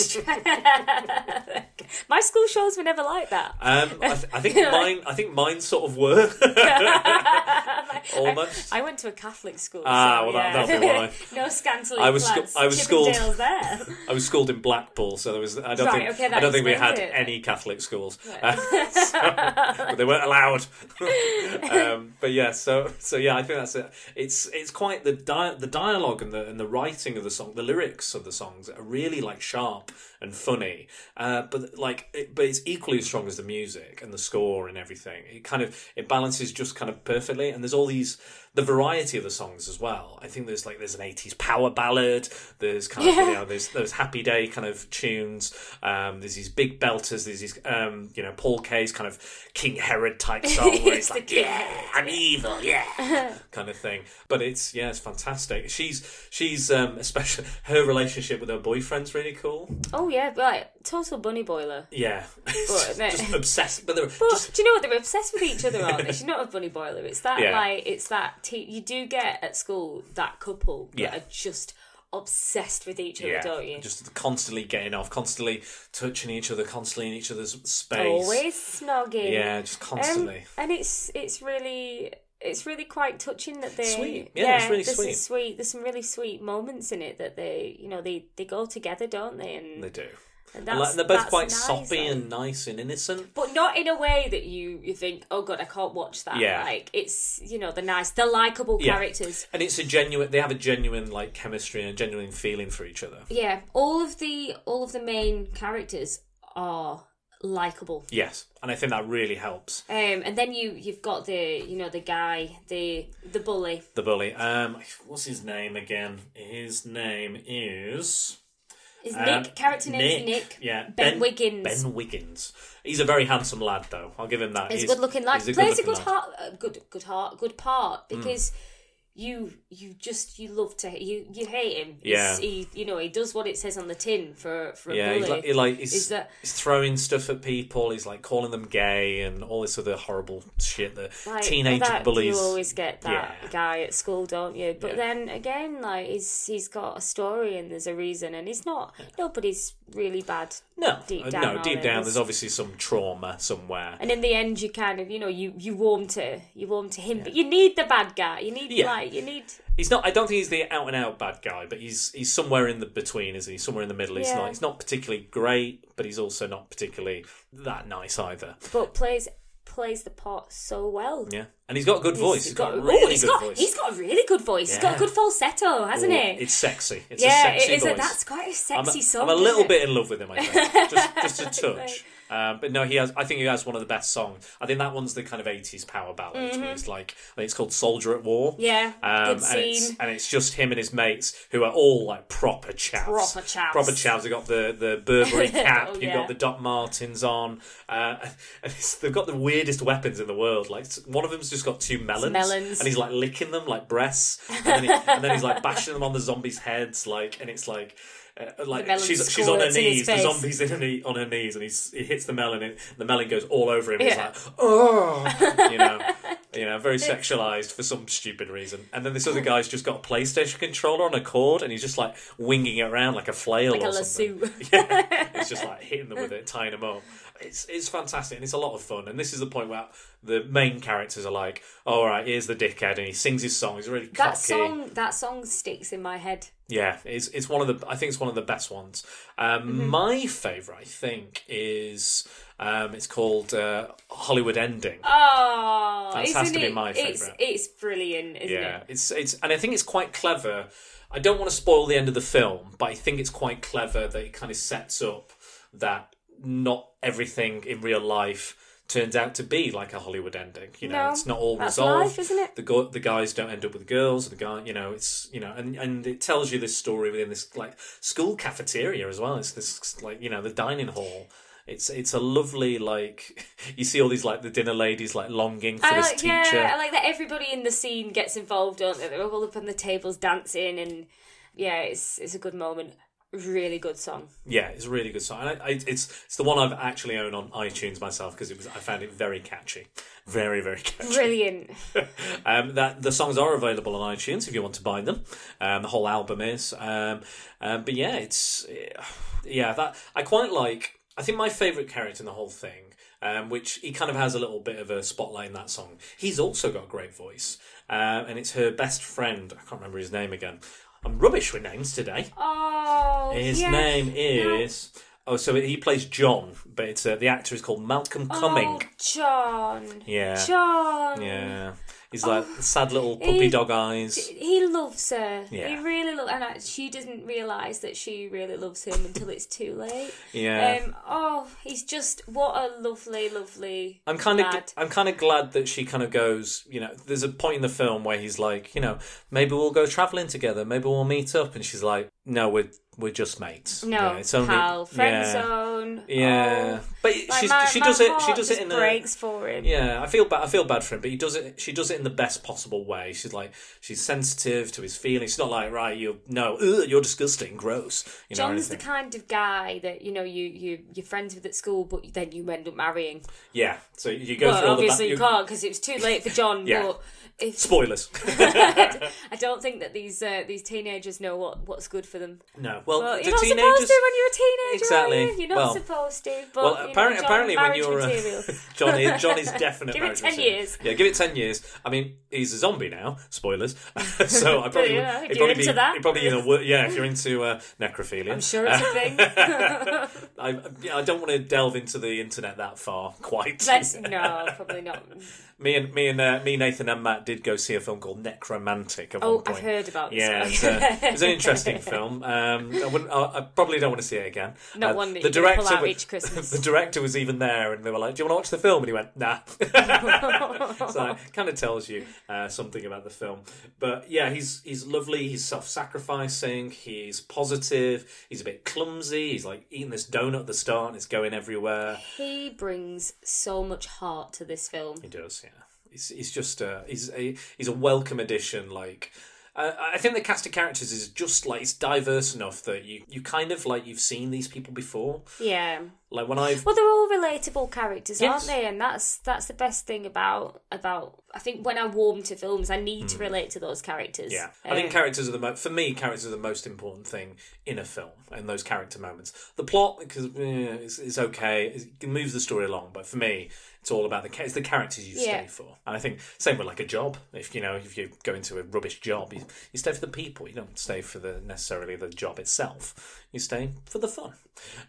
S4: my school shows were never like that.
S3: Um, I, th- I think mine. I think mine sort of were.
S4: I'm like,
S3: almost.
S4: I went to a Catholic school.
S3: Ah,
S4: so,
S3: well, that-
S4: yeah.
S3: that'll be why.
S4: no scantily
S3: I was scho-
S4: clad.
S3: I was
S4: Chippendales
S3: schooled-
S4: there.
S3: I was schooled in Blackpool, so there was. I don't
S4: Right,
S3: think.
S4: okay, that
S3: I don't think we had
S4: explains it.
S3: any Catholic schools, Uh, so- but they weren't allowed. um, but yeah, so so yeah, I think that's it. It's it's quite the di- the dialogue and the and the writing of the song, the lyrics of the songs are really like sharp and funny. Uh, but like, it, but it's equally as strong as the music and the score and everything. It kind of it balances just kind of perfectly. And there's all these the variety of the songs as well. I think there's like there's an 80s power ballad. There's kind of you know there's those happy day kind of tunes. Um, there's these big belters. There's these um, you know Paul K's kind of King Herod type song where
S4: Oh,
S3: he's
S4: It's the
S3: like
S4: King
S3: yeah I'm evil yeah kind of thing. But it's yeah it's fantastic. She's she's um, especially her relationship with her boyfriend's really cool.
S4: Oh yeah, right. Total bunny boiler.
S3: Yeah,
S4: But, no.
S3: just obsessed. But they're
S4: But
S3: just
S4: do you know what they're obsessed with each other, aren't they? She's not a bunny boiler. It's that
S3: Yeah.
S4: like it's that te- you do get at school that couple that
S3: Yeah.
S4: are just obsessed with each other,
S3: Yeah,
S4: don't you?
S3: just constantly getting off, constantly touching each other, constantly in each other's space.
S4: Always snogging.
S3: Yeah, just
S4: Um,
S3: constantly.
S4: and it's it's really it's really quite touching that they
S3: Sweet. Yeah, it's really
S4: this
S3: sweet.
S4: Is sweet. There's some really sweet moments in it that they you know they they go together, don't they? And,
S3: they do. And,
S4: and Um, that's,
S3: like, they're both
S4: that's
S3: quite
S4: nice,
S3: soppy
S4: like.
S3: and nice and innocent.
S4: But not in a way that you, you think, oh god, I can't watch that.
S3: Yeah.
S4: Like it's you know the nice, the likable
S3: Yeah.
S4: characters.
S3: And it's a genuine. They have a genuine like chemistry and a genuine feeling for each other.
S4: Yeah, all of the all of the main characters are likable.
S3: Yes, and I think that really helps
S4: Um, and then you you've got the you know the guy the the bully.
S3: the bully. Um, what's his name again? His name is.
S4: Is
S3: um,
S4: Nick character name Nick. Nick.
S3: Yeah,
S4: Ben, Wiggins.
S3: Ben Wiggins. He's a very handsome lad, though. I'll give him that.
S4: He's a good looking lad.
S3: he's a
S4: Plays a good
S3: good-looking lad.
S4: heart, uh, good good heart, good
S3: Mm.
S4: part because you you just you love to you you hate him.
S3: Yeah.
S4: He's- he you know he does what it says on the tin for for a
S3: Yeah,
S4: bully.
S3: he's like, he like he's,
S4: Is that-
S3: he's throwing stuff at people. He's like calling them gay and all this other horrible shit that
S4: Like,
S3: teenage
S4: that,
S3: bullies.
S4: You always get that
S3: Yeah.
S4: guy at school, don't you? But
S3: Yeah.
S4: then again, like he's he's got a story and there's a reason, and he's not nobody's really bad.
S3: No,
S4: deep
S3: uh,
S4: down
S3: no,
S4: are
S3: deep
S4: they?
S3: down,
S4: There's-
S3: there's obviously some trauma somewhere.
S4: And in the end, you kind of you know you you warm to you warm to him, but you need the bad guy. You need
S3: Yeah.
S4: like you need
S3: He's not. I don't think he's the out and out bad guy, but he's he's somewhere in the between, isn't he? Somewhere in the middle. He's
S4: Yeah.
S3: not. He's not particularly great, but he's also not particularly that nice either.
S4: but plays plays the part so well.
S3: Yeah, and he's got a good voice. He's got, a
S4: ooh,
S3: really
S4: he's
S3: good
S4: got,
S3: voice.
S4: He's got a really good voice. He's got a
S3: Yeah.
S4: good falsetto, hasn't
S3: Ooh,
S4: he?
S3: It's sexy. It's
S4: yeah,
S3: a sexy
S4: it is.
S3: voice.
S4: A, that's quite a
S3: I'm a-
S4: sexy song.
S3: I'm a
S4: isn't
S3: little
S4: it?
S3: bit in love with him, I think. just, just a touch. Um, but no, he has. I think he has one of the best songs. I think that one's the kind of '80s power ballad. where It's like I think it's called "Soldier at War."
S4: Mm-hmm. Yeah,
S3: um,
S4: good
S3: and it's
S4: scene.
S3: and it's just him and his mates who are all like proper chavs.
S4: Proper chavs.
S3: Proper chavs. They got the the Burberry cap.
S4: Oh,
S3: You've
S4: yeah.
S3: got the Doc Martens on. Uh, and it's, they've got the weirdest weapons in the world. Like s- one of them's just got two melons,
S4: melons.
S3: and he's like licking them like breasts, and then, he, and then he's like bashing them on the zombies' heads. Like and it's like. Uh, like
S4: melon
S3: she's she's on her
S4: squirts in his
S3: knees. The
S4: face.
S3: zombie's in her knee, on her knees, and he's, he hits the melon. And the melon goes all over him. He's
S4: Yeah.
S3: like, oh, you know, you know, very sexualized for some stupid reason. And then this other guy's just got a PlayStation controller on a cord, and he's just like winging it around like a flail
S4: Like a
S3: or something.
S4: lasso.
S3: Yeah, it's just like hitting them with it, tying them up. It's it's fantastic and it's a lot of fun. And this is the point where the main characters are like, "Oh, "All right, here's the dickhead," and he sings his song. He's really cocky.
S4: That song, that song sticks in my head.
S3: Yeah, it's it's one of the I think it's one of the best ones. Um,
S4: Mm-hmm.
S3: My favorite, I think, is um, it's called uh, Hollywood Ending.
S4: Oh,
S3: That
S4: isn't
S3: has to
S4: it?
S3: be my
S4: it's
S3: favourite.
S4: it's brilliant, isn't
S3: yeah,
S4: it?
S3: it's it's and I think it's quite clever. I don't want to spoil the end of the film, but I think it's quite clever that it kind of sets up that not everything in real life turns out to be like a Hollywood ending. You know,
S4: No,
S3: it's not all
S4: that's
S3: resolved.
S4: life, isn't it?
S3: The go- the guys don't end up with girls. The guy, you know, it's you know, and and it tells you this story within this like school cafeteria as well. It's this like you know the dining hall. It's it's a lovely like you see all these like the dinner ladies like longing for
S4: I
S3: this
S4: like,
S3: teacher.
S4: yeah, I like that everybody in the scene gets involved, don't they? They're all up on the tables dancing, and yeah, it's it's a good moment. Really good song.
S3: Yeah, it's a really good song. And I, I, it's it's the one I've actually owned on iTunes myself because it was I found it very catchy, very very catchy.
S4: Brilliant.
S3: Um, that the songs are available on iTunes if you want to buy them. Um, the whole album is. Um, um, but yeah, it's yeah that I quite like. I think my favorite character in the whole thing. um, which he kind of has a little bit of a spotlight in that song. He's also got a great voice, um, and it's her best friend. I can't remember his name again. I'm rubbish with names today.
S4: Oh,
S3: His
S4: yes.
S3: name
S4: No.
S3: is. Oh, so he plays John, but it's uh, the actor is called Malcolm
S4: Oh,
S3: Cumming.
S4: John.
S3: Yeah.
S4: John.
S3: Yeah, he's like sad little
S4: Oh. he-
S3: puppy dog eyes.
S4: He loves her. He
S3: Yeah.
S4: really loves, and I, she doesn't realise that she really loves him until it's too late.
S3: Yeah.
S4: Um. Oh, he's just what a lovely, lovely.
S3: I'm kind of
S4: lad.
S3: I'm kind of glad that she kind of goes. You know, there's a point in the film where he's like, you know, maybe we'll go traveling together. Maybe we'll meet up, and she's like, no, we're we're just mates.
S4: No,
S3: Yeah, it's only-
S4: pal, friend
S3: yeah.
S4: zone.
S3: Yeah,
S4: Oh.
S3: but
S4: Like,
S3: she's,
S4: my-
S3: she
S4: my
S3: does it. She
S4: heart
S3: does it
S4: just
S3: in a
S4: breaks for him.
S3: Yeah, I feel bad. I feel bad for him, but he does it. She does it in the best possible way. She's like, she's sensitive to his feelings. She's not like, right, you no, ugh, you're disgusting, gross. You know, or
S4: John's the
S3: anything.
S4: kind of guy that you know you you you're friends with at school, but then you end up marrying.
S3: yeah. So you go through
S4: Well,
S3: all the ba-
S4: obviously you
S3: you-
S4: can't because it was too late for John.
S3: Yeah.
S4: But if
S3: spoilers.
S4: I don't think that these uh, these teenagers know what, what's good for them.
S3: no, well,
S4: Well,
S3: the
S4: you're not
S3: teenagers.
S4: supposed to when you're a teenager.
S3: Exactly.
S4: Are you? You're not
S3: Well-
S4: supposed to. But
S3: well,
S4: you know,
S3: apparently,
S4: John,
S3: apparently, when
S4: marriage
S3: you're uh,
S4: material.
S3: John, is, John is definite.
S4: Give it
S3: marriage
S4: 10
S3: material.
S4: years.
S3: Yeah, give it ten years. I mean, he's a zombie now. Spoilers. so I probably
S4: yeah, if
S3: it'd
S4: you're
S3: probably be,
S4: into that.
S3: it'd probably either wor- yeah, if you're into uh, necrophilia.
S4: I'm sure it's a thing.
S3: I, yeah, I don't want to delve into the internet that far quite.
S4: Let's no, probably not.
S3: me and me and uh, me, Nathan and Matt did go see a film called Necromantic. At
S4: Oh,
S3: one
S4: I've
S3: point.
S4: heard about this
S3: Yeah,
S4: one.
S3: it's, uh, it was an interesting film. Um, I, wouldn't, I, I probably don't want to see it again.
S4: Not
S3: Uh,
S4: one that you're gonna pull out each Christmas.
S3: the director was even there, and they were like, "Do you want to watch the film?" And he went, "Nah." so it kind of tells you uh, something about the film. But yeah, he's he's lovely. He's self-sacrificing. He's positive. He's a bit clumsy. He's like eating this donut at the start, and it's going everywhere.
S4: He brings so much heart to this film.
S3: He does, yeah. He's, he's just a he's a he's a welcome addition. Like I I think the cast of characters is just like it's diverse enough that you you kind of like you've seen these people before.
S4: Yeah.
S3: Like when I've
S4: Well, they're all relatable characters, aren't
S3: Yes.
S4: they? And that's that's the best thing about about. I think when I warm to films, I need to relate to those characters.
S3: Hmm. yeah, I think
S4: Uh,
S3: characters are the mo- for me characters are the most important thing in a film and those character moments. The plot because eh, it's, it's okay, it moves the story along, but for me it's all about the ca- it's the characters you
S4: Yeah.
S3: stay for. And I think same with like a job. If you know if you go into a rubbish job, you, you stay for the people. You don't stay for the necessarily the job itself. You stay for the fun.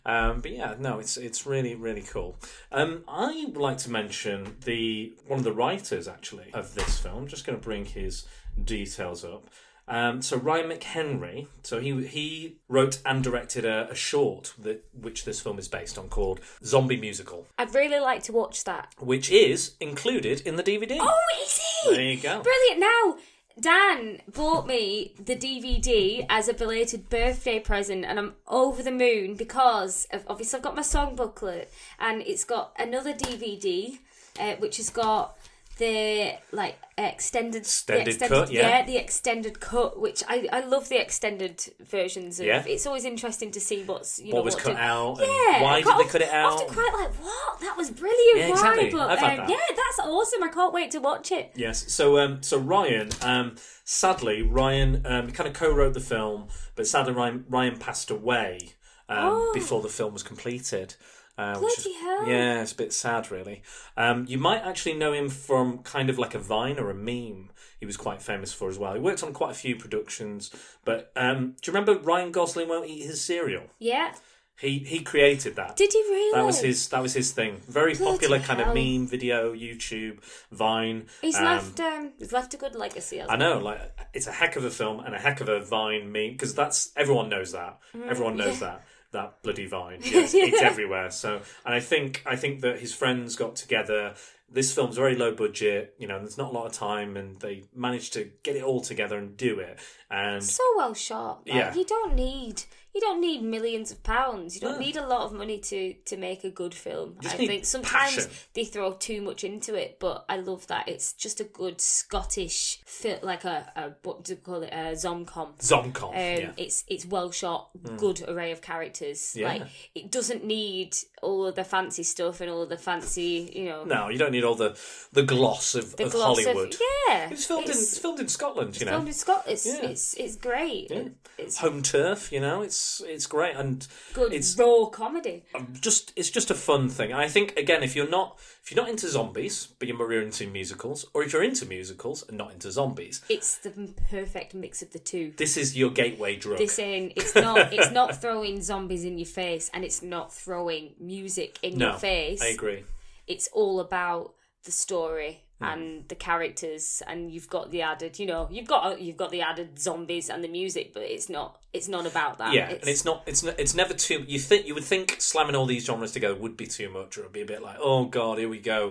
S3: Um, but yeah, no, it's it's really really cool. Um, I would like to mention the one of the writers actually of this film. I'm just going to bring his details up. Um, so Ryan McHenry, so he he wrote and directed a, a short that which this film is based on called Zombie Musical,
S4: I'd really like to watch that.
S3: which is included in the DVD.
S4: Oh, is he?
S3: There you go.
S4: Brilliant. Now, Dan bought me the DVD as a belated birthday present, and I'm over the moon because of, obviously I've got my song booklet, and it's got another DVD, uh, which has got the like extended
S3: Extended
S4: the
S3: cut, yeah.
S4: the extended cut which I, I love the extended versions of
S3: Yeah.
S4: it's always interesting to see what's you know
S3: What was cut
S4: did-
S3: out and
S4: yeah
S3: why
S4: I
S3: did they
S4: got
S3: cut it out?
S4: often quite like what that was brilliant
S3: Yeah,
S4: why
S3: exactly.
S4: but
S3: I've had
S4: um,
S3: that.
S4: yeah that's awesome I can't wait to watch it
S3: Yes. So, um, so Ryan, um, sadly, Ryan um, kind of co-wrote the film, but sadly, Ryan, Ryan passed away um, before the film was completed. Uh, which is-
S4: Oh. Bloody hell.
S3: Yeah, it's a bit sad, really. Um, you might actually know him from kind of like a Vine or a meme. He was quite famous for as well. He worked on quite a few productions, but um, do you remember Ryan Gosling won't eat his cereal?
S4: Yeah.
S3: He he created that.
S4: Did he really?
S3: That was his. That was his thing. Very
S4: Bloody
S3: popular kind
S4: hell.
S3: of meme, video, YouTube, Vine.
S4: He's
S3: um,
S4: left. Um, he's left a good legacy. hasn't
S3: I know, like it's a heck of a film and a heck of a Vine meme because that's everyone knows that.
S4: Mm,
S3: everyone knows that that bloody Vine. Yes, It's everywhere. So, and I think I think that his friends got together. This film's very low budget. You know, there's not a lot of time, and they managed to get it all together and do it. And
S4: he? So well shot. Like,
S3: Yeah.
S4: You don't need. You don't need millions of pounds. You don't need a lot of money to to make a good film.
S3: just
S4: I
S3: need
S4: think sometimes
S3: passion.
S4: they throw too much into it, but I love that it's just a good Scottish fit, like a, a what do you call it? A zomcom.
S3: Zomcom.
S4: Um,
S3: yeah. Hmm.
S4: It's it's well shot, good array of characters.
S3: Yeah.
S4: Like it doesn't need all of the fancy stuff and all of the fancy, you know,
S3: No, you don't need know the the gloss of,
S4: The
S3: of
S4: gloss of-
S3: Hollywood.
S4: yeah,
S3: it's filmed in
S4: it's-
S3: it's filmed in Scotland. You know,
S4: Filmed in Scotland, it's,
S3: Yeah.
S4: it's it's great.
S3: Yeah.
S4: It's
S3: home turf. You know, it's it's great and
S4: good
S3: It's
S4: raw comedy.
S3: just it's just a fun thing. And I think again, if you're not if you're not into zombies, but you're into musicals, or if you're into musicals and not into zombies,
S4: It's the perfect mix of the two.
S3: this is your gateway drug.
S4: This in it's not it's not throwing zombies in your face, and it's not throwing music in
S3: no,
S4: your face.
S3: I agree.
S4: it's all about the story and the characters and you've got the added you know you've got you've got the added zombies and the music but it's not Um, it's not about that
S3: Yeah, and it's not it's n- it's never too. You think you would think slamming all these genres together would be too much, or it'd be a bit like, oh god, here we go.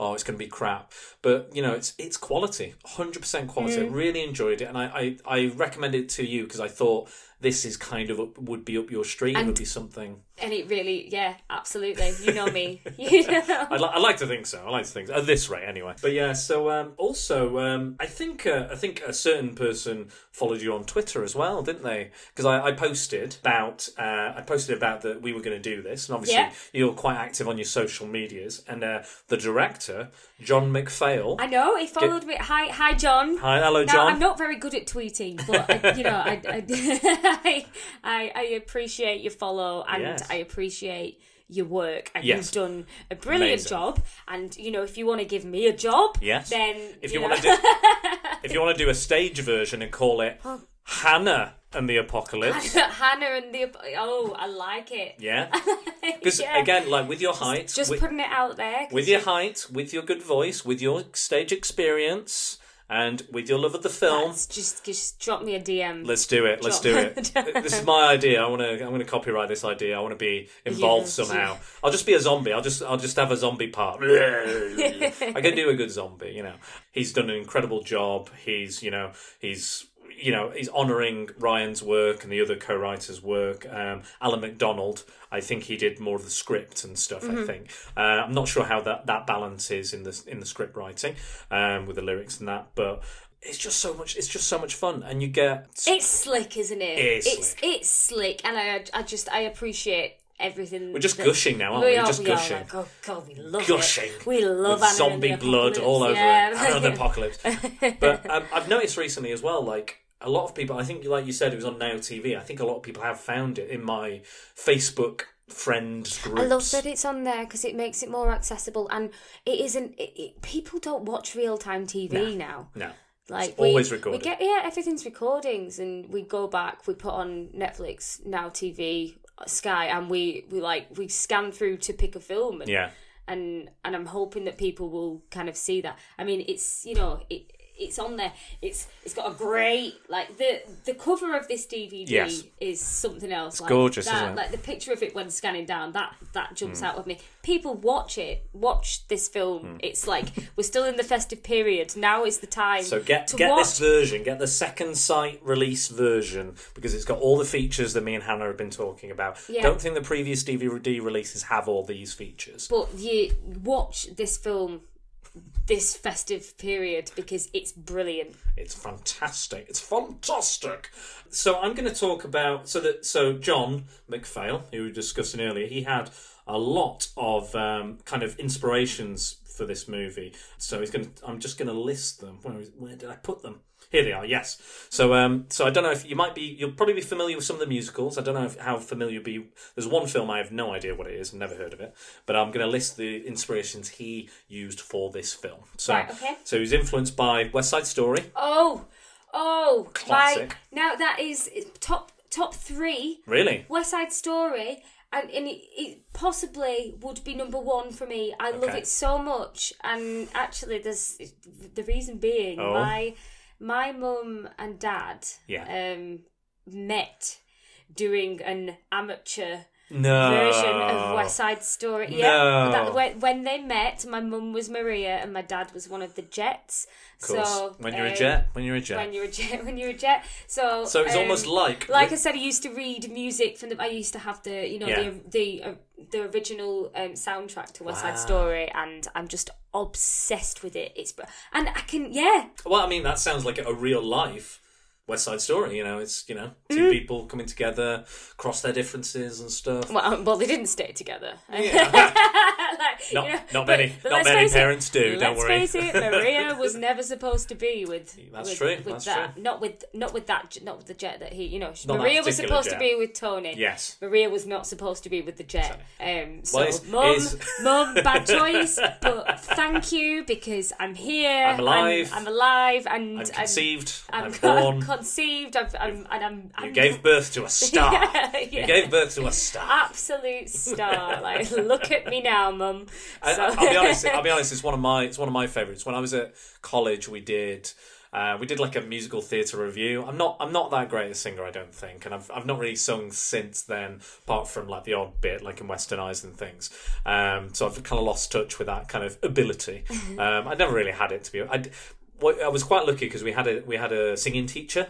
S3: Oh, it's going to be crap. But you know, it's it's quality, hundred percent quality.
S4: Mm.
S3: I really enjoyed it, and I I, I recommend it to you because I thought this is kind of up, would be up your street. it would be something.
S4: and it really yeah absolutely you know me you know
S3: I'd, li- I'd like to think so. I like to think so. at this rate, anyway. But yeah. So um, also, um, I think uh, I think a certain person followed you on Twitter as well, didn't they? Because I, I posted about uh, I posted about that we were going to do this, and obviously
S4: Yeah.
S3: you're quite active on your social medias. And uh, the director, John McPhail.
S4: I know he followed me hi hi John
S3: Hi, hello,
S4: now,
S3: John.
S4: I'm not very good at tweeting, but I, you know, I, I, I, I appreciate your follow and
S3: Yes.
S4: I appreciate your work. And
S3: Yes.
S4: you've done a brilliant
S3: Amazing.
S4: job. And you know, if you want to give me a job,
S3: Yes.
S4: then
S3: if you
S4: know-
S3: want to do if you want to do a stage version and call it Hannah and the Apocalypse.
S4: Oh. Hannah and the oh, I like it.
S3: Yeah, because
S4: Yeah.
S3: again, like with your height,
S4: Just
S3: with-
S4: putting it out there. 'cause
S3: with your height, with your good voice, with your stage experience, and with your love of the film.
S4: it's just just drop me a DM.
S3: Let's do it. Let's do it. This is my idea. I want to. I'm going to copyright this idea. I want to be involved
S4: Yeah,
S3: somehow.
S4: yeah.
S3: I'll just be a zombie. I'll just. I'll just have a zombie part. I can do a good zombie. You know, he's done an incredible job. He's. You know. He's. You know, he's honouring Ryan's work and the other co-writers' work. Um, Alan McDonald, I think he did more of the script and stuff. I think uh, I'm not sure how that, that balance is in the in the script writing um, with the lyrics and that, but it's just so much. It's just so much fun, and you get
S4: It's slick, isn't it?
S3: It is
S4: it's
S3: slick.
S4: it's slick, and I I just I appreciate everything.
S3: We're just
S4: that-
S3: gushing now, aren't we? Just gushing.
S4: like, oh god, we love
S3: gushing.
S4: it. We love
S3: With
S4: Anna and
S3: zombie
S4: the
S3: blood all over it.
S4: Apocalypse, yeah.
S3: Anna and the apocalypse. but um, I've noticed recently as well, like a lot of people. I think, like you said, it was on Now TV. I think a lot of people have found it in my Facebook friends groups.
S4: I love that it's on there because it makes it more accessible, and it isn't. It, it, people don't watch real time TV now.
S3: No,
S4: Like
S3: It's always
S4: we,
S3: recorded.
S4: We get yeah, everything's recordings, and we go back. We put on Netflix, Now TV, Sky, and we we like we scan through to pick a film. And,
S3: yeah,
S4: and and I'm hoping that people will kind of see that. I mean, it's you know it it's on there. It's it's got a great like the the cover of this DVD
S3: Yes.
S4: is something else. It's
S3: gorgeous,
S4: that,
S3: isn't it? Mm.
S4: Like the picture of it when scanning down that that jumps out of me. People watch it, watch this film. It's like we're still in the festive period. Now is the time.
S3: So get
S4: to
S3: get
S4: watch.
S3: this version, get the second sight release version because it's got all the features that me and Hannah have been talking about.
S4: Yeah.
S3: Don't think the previous DVD releases have all these features.
S4: But you watch this film this festive period because it's brilliant.
S3: It's fantastic. It's fantastic. So I'm going to talk about so that so John McPhail, who we were discussing earlier, he had a lot of um, kind of inspirations for this movie. So he's going. to I'm just going to list them. Where is, where did I put them? Here they are. Yes. So um, so I don't know if you might be. You'll probably be familiar with some of the musicals. I don't know if, how familiar you'll be. There's one film I have no idea what it is. I've never heard of it. But I'm going to list the inspirations he used for this film. So
S4: Right, okay.
S3: so he was influenced by West Side Story.
S4: Oh, oh,
S3: Classic.
S4: like now that is top top three.
S3: Really?
S4: West Side Story, and, and it, it possibly would be number one for me. I love
S3: Okay.
S4: it so much, and actually, there's the reason being
S3: Oh.
S4: my my mum and dad
S3: Yeah.
S4: um, met doing an amateur
S3: No.
S4: version of West Side Story. Yeah,
S3: No.
S4: that, when, when they met, my mum was Maria and my dad was one of the Jets.
S3: Of course.
S4: So
S3: when you're a
S4: um,
S3: jet, when you're a jet.
S4: when you're a jet, when you're a jet. So
S3: so it's
S4: um,
S3: almost like
S4: like I said, I used to read music from the. I used to have the you know
S3: Yeah.
S4: the the uh, the original um, soundtrack to West
S3: Wow.
S4: Side Story, and I'm just obsessed with it. It's br- and I can yeah
S3: well, I mean, that sounds like a real life West Side Story. You know, it's you know two
S4: Mm.
S3: people coming together, cross their differences and stuff.
S4: Well, um, well, they didn't stay together. like,
S3: Not,
S4: You know,
S3: not
S4: but-
S3: many,
S4: but
S3: not
S4: let's
S3: many
S4: face it-
S3: parents do. Don't
S4: Let's
S3: worry.
S4: face it, Maria was never supposed to be with.
S3: That's
S4: with,
S3: true,
S4: With
S3: that's
S4: that,
S3: true.
S4: not with not with that, j- not with the jet that he, you know, she-
S3: Not that
S4: Maria was
S3: particular
S4: supposed to
S3: jet.
S4: be with Tony.
S3: Yes.
S4: Maria was not supposed to be with the jet. Um, so,
S3: Well, it's-
S4: mum,
S3: it's-
S4: mum, bad choice, but thank you because I'm here.
S3: I'm alive.
S4: I'm, alive, and
S3: I'm conceived. I'm,
S4: I'm,
S3: born.
S4: I'm conceived. I've, I'm, and I'm.
S3: you
S4: I'm
S3: gave birth to a star.
S4: Yeah, yeah.
S3: You gave birth to a star.
S4: absolute star. Like, look at me now, mum.
S3: I,
S4: So-
S3: I- I'll be honest. I'll be honest. It's one of my it's one of my favorites. When I was at college, we did uh, we did like a musical theatre review. I'm not I'm not that great a singer, I don't think, and I've I've not really sung since then, apart from like the odd bit, like in Western Eyes and things. Um, so I've kind of lost touch with that kind of ability. Um, I never really had it to be. I, d- what- I was quite lucky because we had a we had a singing teacher,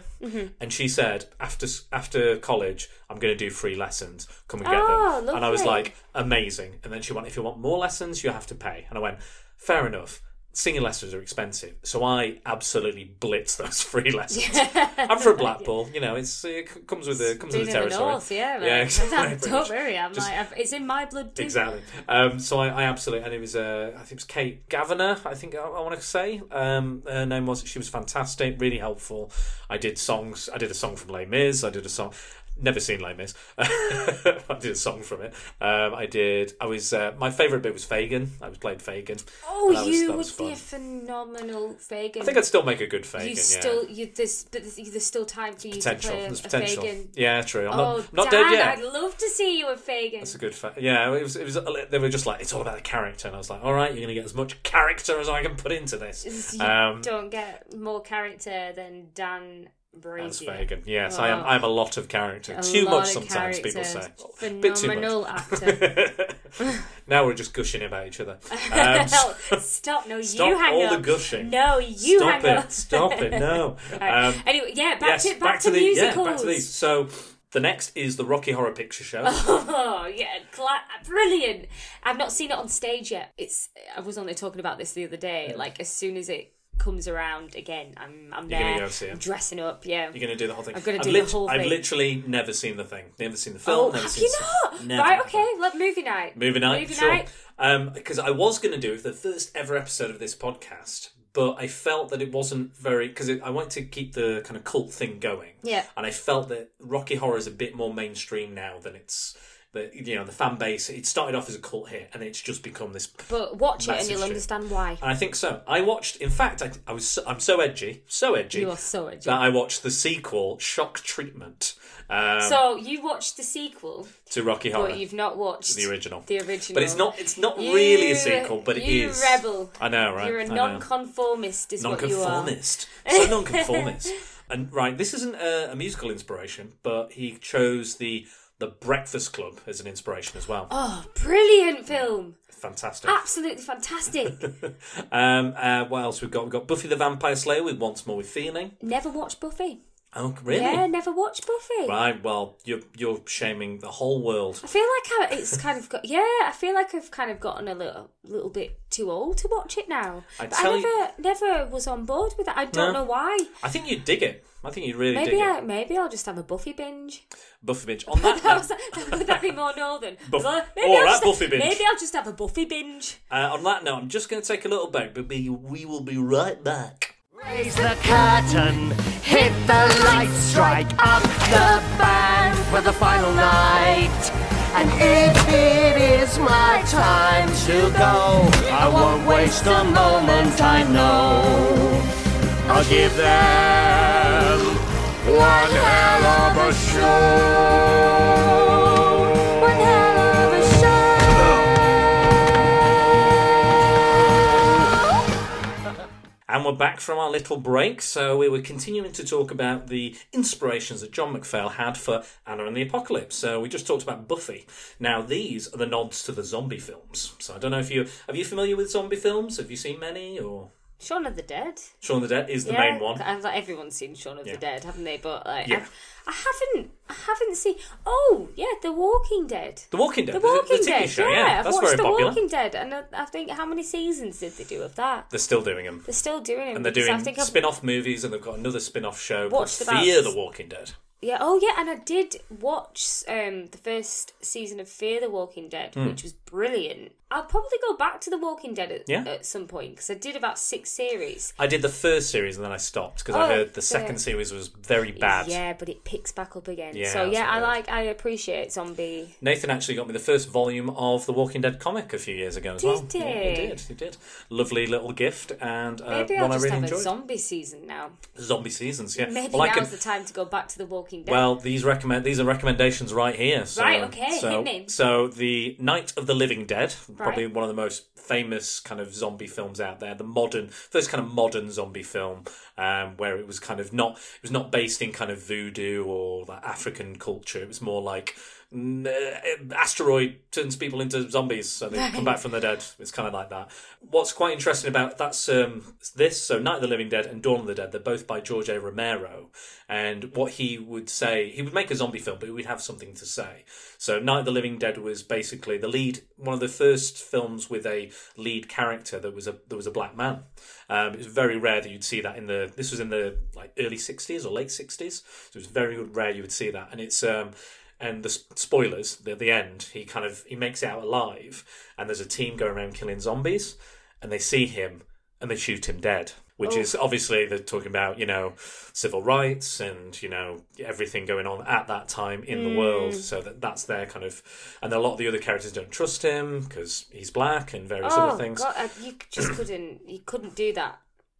S3: and she said after s- after college I'm going to do free lessons. Come and get
S4: Oh,
S3: them. And I was
S4: lovely.
S3: like, amazing. And then she went, if you want more lessons, you have to pay. And I went, fair enough. Singing lessons are expensive, so I absolutely blitz those free lessons. I'm from Blackpool, you know. It's it c- comes with the comes with the
S4: Being in the
S3: territory.
S4: north, yeah, right.
S3: yeah, exactly.
S4: Don't-
S3: pretty
S4: Don't
S3: much.
S4: worry, I'm
S3: Just-
S4: like, I've, it's in my blood too.
S3: Exactly. Um, so I, I absolutely, and it was, uh, I think it was Kate Governor, I think I, I want to say. Um, her name was, she was fantastic, really helpful. I did songs, I did a song from Les Mis, I did a song, never seen Les Mis. I did a song from it. Um, I did, I was, uh, my favourite bit was Fagin. I was played Fagin.
S4: Oh,
S3: And that was-
S4: you
S3: that
S4: would
S3: was
S4: be a
S3: fun.
S4: phenomenal Fagin.
S3: I think I'd still make a good Fagin,
S4: you
S3: yeah.
S4: still, you this, but there's, there's still time for you
S3: potential.
S4: to play
S3: There's
S4: a
S3: potential.
S4: Fagin.
S3: Yeah, true. I'm
S4: oh,
S3: not, not
S4: Dan,
S3: dead yet.
S4: I'd love to see you a Fagin.
S3: It's a good fact. Yeah, it was. It was. They were just like, it's all about the character, and I was like, all right, you're gonna get as much character as I can put into this.
S4: You
S3: Um,
S4: don't get more character than Dan Brady.
S3: that's Fagin. Yes, I am. I am a lot of character.
S4: A
S3: Too
S4: lot
S3: much
S4: of
S3: sometimes. People say.
S4: character.
S3: Bit too
S4: Phenomenal
S3: much.
S4: actor.
S3: now we're just gushing about each other. Um,
S4: Hell, stop! No, you
S3: stop
S4: hang
S3: all
S4: up.
S3: the gushing.
S4: No, you
S3: stop
S4: hang
S3: it.
S4: up.
S3: Stop it. No.
S4: Right.
S3: Um,
S4: anyway, yeah, back
S3: yes.
S4: to back, to,
S3: the
S4: musicals.
S3: yeah. Back to these. So the next is the Rocky Horror Picture Show.
S4: Oh yeah, gla- brilliant! I've not seen it on stage yet. It's I was only talking about this the other day. Like as soon as it comes around again, I'm I'm
S3: You're gonna
S4: there
S3: go see it.
S4: I'm dressing up. Yeah.
S3: You're going to do the whole thing.
S4: I'm gonna
S3: I've
S4: do the whole
S3: I've
S4: thing.
S3: literally never seen the thing. Never seen the film.
S4: oh,
S3: never
S4: have
S3: seen
S4: you
S3: the-
S4: not?
S3: Never.
S4: Right. Okay. Let movie night.
S3: Movie night.
S4: Movie
S3: sure.
S4: night.
S3: Because I was going to do it for the first ever episode of this podcast, but I felt that it wasn't very. Because I wanted to keep the kind of cult thing going.
S4: Yeah.
S3: And I felt that Rocky Horror is a bit more mainstream now than it's. That you know the fan base. It started off as a cult hit, and it's just become this
S4: But watch it and
S3: Massive
S4: you'll
S3: shit.
S4: understand why.
S3: And I think so. I watched. In fact, I, I was. So, I'm so edgy, so edgy.
S4: You are so edgy.
S3: That I watched the sequel, Shock Treatment, um,
S4: so you watched the sequel,
S3: to Rocky Horror,
S4: but you've not watched
S3: the original.
S4: The original.
S3: But it's not. It's not really
S4: You-
S3: a sequel, but it
S4: you
S3: is.
S4: rebel.
S3: I know, right?
S4: You're
S3: I
S4: a
S3: know.
S4: non-conformist, is what you are.
S3: Nonconformist. So nonconformist. And right, this isn't a, a musical inspiration, but he chose the the Breakfast Club as an inspiration as well.
S4: Oh, Ah. brilliant film!
S3: Fantastic.
S4: Absolutely fantastic.
S3: Um, uh, what else we've got? We've got Buffy the Vampire Slayer with Once More with Feeling.
S4: never watched Buffy.
S3: Oh, really?
S4: Yeah, never watched Buffy.
S3: Right. Well, you're you're shaming the whole world.
S4: I feel like I, it's kind of got yeah. I feel like I've kind of gotten a little little bit too old to watch it now.
S3: I
S4: but I
S3: tell
S4: never
S3: you-
S4: never was on board with it. I don't
S3: No.
S4: know why.
S3: I think you'd dig it. I think you'd really dig
S4: Maybe I
S3: it.
S4: maybe I'll just have a Buffy binge.
S3: Buffy binge. On that
S4: That was,
S3: note,
S4: would that be more northern?
S3: Buff-
S4: Well,
S3: All
S4: I'll
S3: right,
S4: just-
S3: Buffy binge.
S4: Maybe I'll just have a Buffy binge.
S3: uh, on that note, I'm just going to take a little break, but we, we will be right back.
S5: Raise the curtain, hit the lights, strike up the band for the final night. And if it is my time to go, I won't waste a moment, I know. I'll give them one hell of a show. One hell of a show.
S3: And we're back from our little break, so we were continuing to talk about the inspirations that John McPhail had for Anna and the Apocalypse. So we just talked about Buffy. Now these are the nods to the zombie films. So I don't know if you are you familiar with zombie films? Have you seen many? Or
S4: Shaun of the Dead.
S3: Shaun of the Dead is the
S4: yeah,
S3: main one.
S4: I- like, everyone's seen Shaun of
S3: Yeah.
S4: the Dead, haven't they? But like,
S3: Yeah.
S4: I've, I haven't, I haven't seen. Oh, yeah, The Walking Dead.
S3: The Walking Dead.
S4: The Walking
S3: TV
S4: Dead,
S3: show,
S4: yeah,
S3: yeah,
S4: I've
S3: that's
S4: watched
S3: very
S4: The
S3: popular.
S4: Walking Dead, and I, I think how many seasons did they do of that?
S3: They're still doing them.
S4: They're still doing it.
S3: And they're
S4: because
S3: doing
S4: I think I've-
S3: spin-off movies, and they've got another spin-off show called
S4: Watched about-
S3: Fear the Walking Dead.
S4: Yeah. Oh, yeah. And I
S3: Hmm.
S4: did watch um, the first season of Fear the Walking Dead, which was brilliant. I'll probably go back to The Walking Dead at,
S3: Yeah.
S4: at some point because I did about six series.
S3: I did the first series and then I stopped because
S4: Oh,
S3: I heard the
S4: fair.
S3: second series was very bad.
S4: Yeah, but it picks back up again.
S3: Yeah,
S4: so yeah,
S3: that's
S4: I
S3: weird.
S4: like I appreciate zombie.
S3: Nathan actually got me the first volume of the Walking Dead comic a few years ago as
S4: Did
S3: well. Yeah, he
S4: he?
S3: did. He did. Lovely little gift and uh,
S4: Maybe
S3: one
S4: I'll just
S3: I really
S4: have
S3: enjoyed.
S4: a zombie season now.
S3: Zombie seasons, yeah.
S4: Maybe
S3: well, I
S4: now's
S3: can-
S4: the time to go back to The Walking Dead.
S3: Well, these recommend these are recommendations right here. So,
S4: Right, okay,
S3: So,
S4: hit me.
S3: so the Night of the Living Dead, probably one of the most famous kind of zombie films out there. The modern first kind of modern zombie film, um, where it was kind of not it was not based in kind of voodoo or that African culture. It was more like mm, uh, asteroid turns people into zombies, so they come back from the dead. It's kind of like that. What's quite interesting about that's um, this, so Night of the Living Dead and Dawn of the Dead, they're both by George A. Romero. And what he would say, he would make a zombie film, but he would have something to say. So Night of the Living Dead was basically the lead, one of the first films with a lead character that was a that was a black man. Um, it was very rare that you'd see that in the. This was in the like early '60s or late '60s, so it was very rare you would see that. And it's um, and the s- spoilers at the end he kind of he makes it out alive and there's a team going around killing zombies and they see him and they shoot him dead
S4: Oh.
S3: which is obviously they're talking about you know civil rights and you know everything going on at that time in the
S4: Mm.
S3: world so that that's their kind of and a lot of the other characters don't trust him because he's black and various
S4: oh
S3: other things
S4: god, uh, you just couldn't you couldn't do that.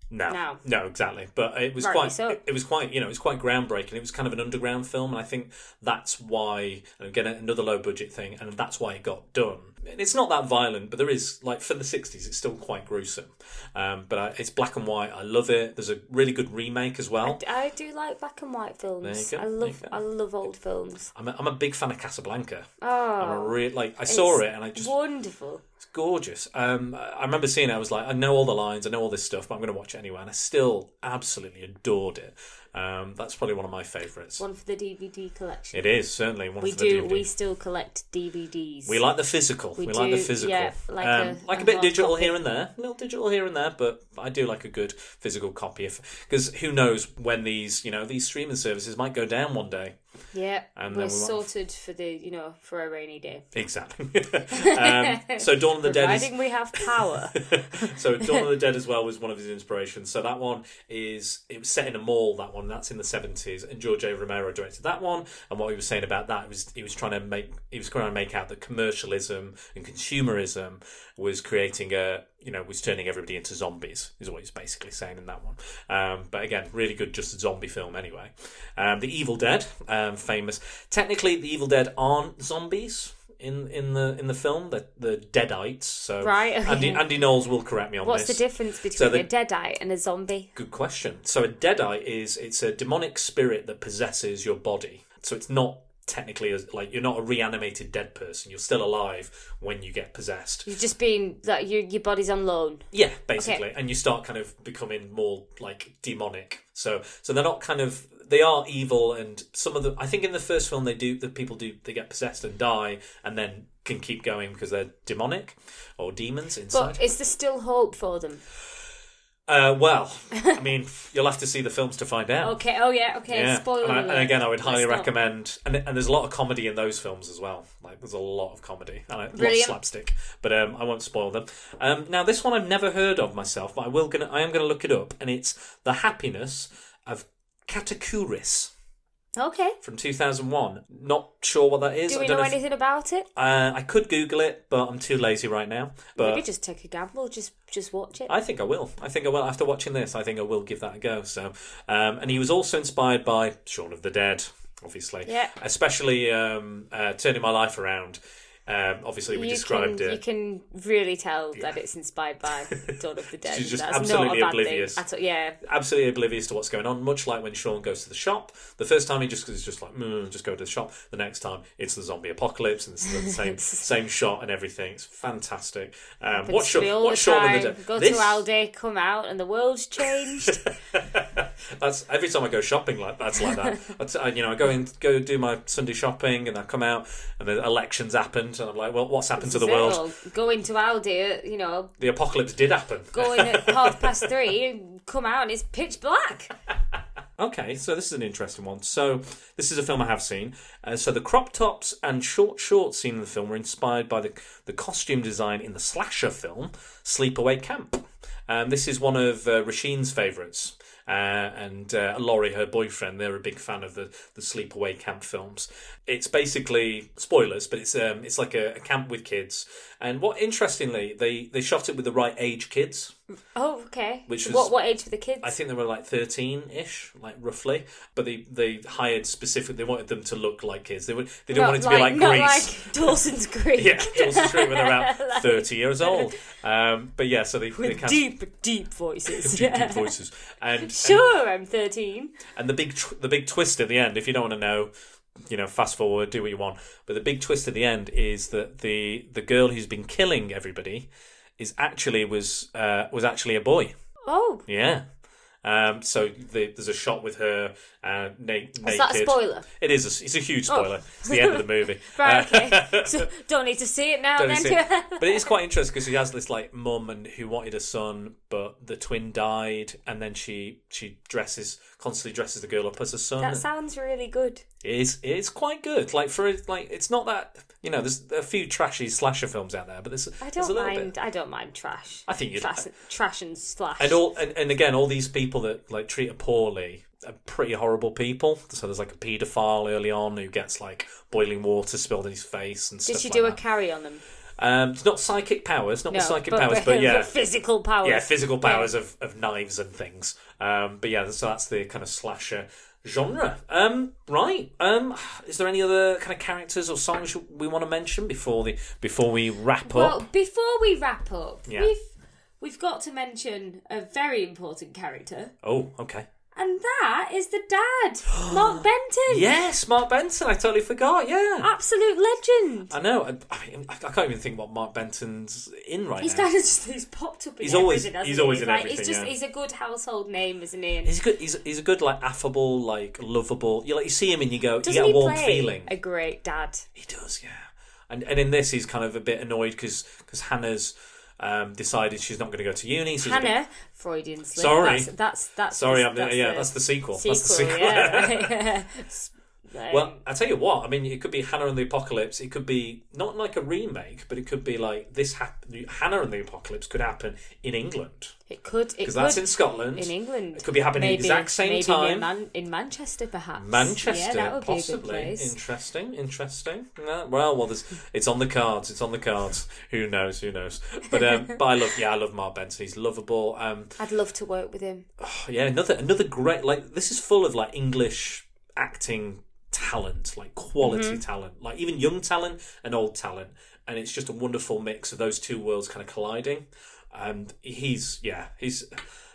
S3: no,
S4: No.
S3: no, exactly. But it was
S4: Rightly
S3: quite,
S4: so.
S3: it, it was quite, you know, it was quite groundbreaking. It was kind of an underground film, and I think that's why, and again, another low budget thing, and that's why it got done. And it's not that violent, but there is like for the '60s, it's still quite gruesome. Um, but I, it's black and white. I love it. There's a really good remake as well.
S4: I do like black and white films.
S3: There you
S4: I
S3: go,
S4: love
S3: there you go.
S4: I love old films.
S3: I'm a, I'm a big fan of Casablanca. I'm a
S4: Oh,
S3: real like I saw
S4: it's
S3: it and I just
S4: wonderful.
S3: gorgeous. Um, I I remember seeing it. I was like, I know all the lines, I know all this stuff, but I'm going to watch it anyway. And I still absolutely adored it. Um, that's probably one of my favourites.
S4: One for the DVD collection.
S3: It is certainly one
S4: we
S3: for
S4: do.
S3: the DVD.
S4: We still collect DVDs.
S3: We like the physical. We,
S4: We
S3: like the
S4: do,
S3: physical.
S4: yeah, like
S3: um,
S4: a-
S3: like a
S4: a
S3: bit
S4: hard
S3: digital
S4: copy.
S3: here and there, a little digital here and there, but I do like a good physical copy. If because who knows when these you know these streaming services might go down one day.
S4: Yeah,
S3: And
S4: we're
S3: then we want-
S4: sorted for the you know for a rainy day.
S3: Exactly. um, so Dawn of the Dead is
S4: Providing we have power.
S3: so Dawn of the Dead as well was one of his inspirations. So that one is it was set in a mall. That one that's in the seventies, and George A. Romero directed that one. And what he was saying about that was he was trying to make he was trying to make out that commercialism and consumerism was creating a you know was turning everybody into zombies is what he's basically saying in that one. Um, but again, really good, just a zombie film anyway. Um, the Evil Dead, um, famous. Technically, the Evil Dead aren't zombies. In, in the in the film the the deadites so
S4: Right, okay.
S3: Andy, Andy Knowles will correct me on
S4: What's the
S3: this.
S4: difference between
S3: So the-
S4: a deadite and a zombie?
S3: Good question. So a deadite is it's a demonic spirit that possesses your body. So it's not technically as, like you're not a reanimated dead person. You're still alive when you get possessed.
S4: You've just been like your your body's on loan.
S3: Yeah, basically, and you start kind of becoming more like demonic. So so they're not kind of they are evil, and some of the I think in the first film they do the people do they get possessed and die, and then can keep going because they're demonic or demons inside.
S4: But is there still hope for them?
S3: Uh, well, I mean, you'll have to see the films to find out.
S4: Okay. Oh yeah. Okay.
S3: Yeah,
S4: Spoiler
S3: and, I- and
S4: alert.
S3: again, I would highly
S4: Let's not-
S3: recommend. And, and there's a lot of comedy in those films as well. Like there's a lot of comedy and a lot of
S4: Brilliant.
S3: slapstick. But um, I won't spoil them. Um, now this one I've never heard of myself, but I will gonna I am gonna look it up, and it's The Happiness of Katakuris
S4: Okay.
S3: from 2001. Not sure what that is.
S4: Do
S3: I
S4: we
S3: don't
S4: know
S3: know if-
S4: anything about it?
S3: uh, I could Google it, but I'm too lazy right now. But
S4: Maybe just take a gamble. Just just watch it.
S3: Uh, I think I will. I think I will. After watching this, I think I will give that a go. So, um, and he was also inspired by Shaun of the Dead, obviously.
S4: Yeah.
S3: Especially um, uh, turning my life around. Um, obviously, we
S4: you
S3: described
S4: can,
S3: it.
S4: You can really tell that it's inspired by Dawn of the Dead.
S3: She's just
S4: That's not
S3: absolutely
S4: a bad
S3: oblivious.
S4: Thing at all. Yeah.
S3: Absolutely oblivious to what's going on, much like when Sean goes to the shop. The first time he just is just like, mm, just go to the shop. The next time it's the zombie apocalypse and it's the same same shot and everything. It's fantastic. Um,
S4: Happens
S3: what's
S4: to me
S3: Shaun,
S4: all
S3: what's
S4: the
S3: Shaun
S4: time.
S3: of the Dead?
S4: Go
S3: This-
S4: to Aldi, come out, and the world's changed.
S3: That's every time I go shopping. Like that's like that. That's, uh, you know, I go and go do my Sunday shopping, and I come out, and the elections happened, and I'm like, well, what's happened to the
S4: So,
S3: world?
S4: Go into Aldi, you know,
S3: The apocalypse did happen.
S4: go in at half past three, come out, and it's pitch black.
S3: Okay, so this is an interesting one. So this is a film I have seen. Uh, so the crop tops and short shorts seen in the film were inspired by the the costume design in the slasher film Sleepaway Camp. Um, this is one of uh, Rasheen's favourites. Uh, and uh, Laurie, her boyfriend, they're a big fan of the, the sleepaway camp films. It's basically spoilers, but it's um, it's like a, a camp with kids. And what interestingly, they they shot it with the right age kids.
S4: Oh, okay.
S3: Which was-
S4: what what age were the kids?
S3: I think they were like thirteen ish, like roughly. But they they hired specific. They wanted them to look like kids. They would they didn't
S4: Not
S3: want it to be like
S4: not
S3: Greece.
S4: like Dawson's Creek.
S3: yeah, Dawson's Creek when they're about thirty years old. Um, but yeah, so they, they
S4: With
S3: cast
S4: deep, deep voices.
S3: deep,
S4: yeah.
S3: deep voices and and,
S4: Sure, I'm 13.
S3: and the big tw- the big twist at the end. If you don't want to know, you know, fast forward, do what you want. But the big twist at the end is that the the girl who's been killing everybody is actually was uh, was actually a boy.
S4: Oh,
S3: Yeah. Um, so the, there's a shot with her uh, na- naked.
S4: is that a spoiler? Oh.
S3: It is. A, it's a huge spoiler. It's the end of the movie.
S4: Right,
S3: Uh,
S4: okay. so don't need to see it now
S3: don't
S4: then.
S3: see it. but it is quite interesting because she has this like mum and who wanted a son, but the twin died, and then she she dresses constantly dresses the girl up as a son.
S4: that sounds really good.
S3: It's it's quite good. Like for a- like it's not that you know. There's a few trashy slasher films out there, but there's
S4: I
S3: there's a
S4: don't
S3: little
S4: mind.
S3: bit.
S4: I don't mind trash.
S3: I think you'd-
S4: trash, trash and slash.
S3: And all and, and again, all these people that like treat her poorly are pretty horrible people. So there's like a paedophile early on who gets like boiling water spilled in his face and
S4: Did
S3: stuff.
S4: she
S3: like
S4: do a
S3: that.
S4: carry on them?
S3: Um, it's not psychic powers, not
S4: No,
S3: with psychic
S4: but,
S3: powers, but yeah,
S4: physical powers.
S3: yeah, physical powers of, of knives and things. Um, but yeah, so that's the kind of slasher genre. Um, right. Um, is there any other kind of characters or songs we want to mention before the before we wrap
S4: Well,
S3: up?
S4: before we wrap up,
S3: Yeah.
S4: we've we've got to mention a very important character,
S3: Oh, okay.
S4: and that is the dad, Mark Benton.
S3: Yes, Mark Benson. I totally forgot. Yeah.
S4: absolute legend.
S3: I know. I, I, mean, I can't even think what Mark Benton's in right
S4: He's
S3: now.
S4: kind of just he's popped up. In
S3: He's always-
S4: everything, hasn't
S3: he's
S4: he?
S3: always
S4: He's
S3: in
S4: like, He's
S3: everything,
S4: just
S3: yeah.
S4: he's a good household name, isn't he? And
S3: He's a good. He's, he's a good, like affable, like lovable. You like you see him and you go,
S4: doesn't
S3: you get a
S4: he
S3: warm
S4: play
S3: feeling.
S4: a great dad?
S3: He does, yeah. And and in this, he's kind of a bit annoyed because Hannah's um, decided she's not going to go to uni. So he's a bit-
S4: Hannah Freudian slip.
S3: Sorry.
S4: that's that's, that's
S3: Sorry,
S4: the-
S3: I'm, yeah, that's the sequel. that's the sequel.
S4: Yeah. um,
S3: Well, I tell you what. I mean, it could be Hannah and the Apocalypse. It could be not like a remake, but it could be like this. Hap- Hannah and the Apocalypse could happen in England
S4: it could. It
S3: because that's
S4: could
S3: in Scotland.
S4: in England.
S3: It could be happening at
S4: maybe,
S3: the exact same
S4: maybe
S3: time.
S4: near Man- in Manchester, perhaps.
S3: Manchester,
S4: Yeah, that would
S3: possibly.
S4: be a good place.
S3: Interesting, interesting. No, well, well, there's, it's on the cards. It's on the cards. Who knows? Who knows? But um, but I love, yeah, I love Mark Benson. He's lovable. Um,
S4: I'd love to work with him.
S3: yeah, another another great. Like this is full of like English acting talent, like quality
S4: Mm-hmm.
S3: talent, like even young talent and old talent, and it's just a wonderful mix of those two worlds kind of colliding. And he's yeah, he's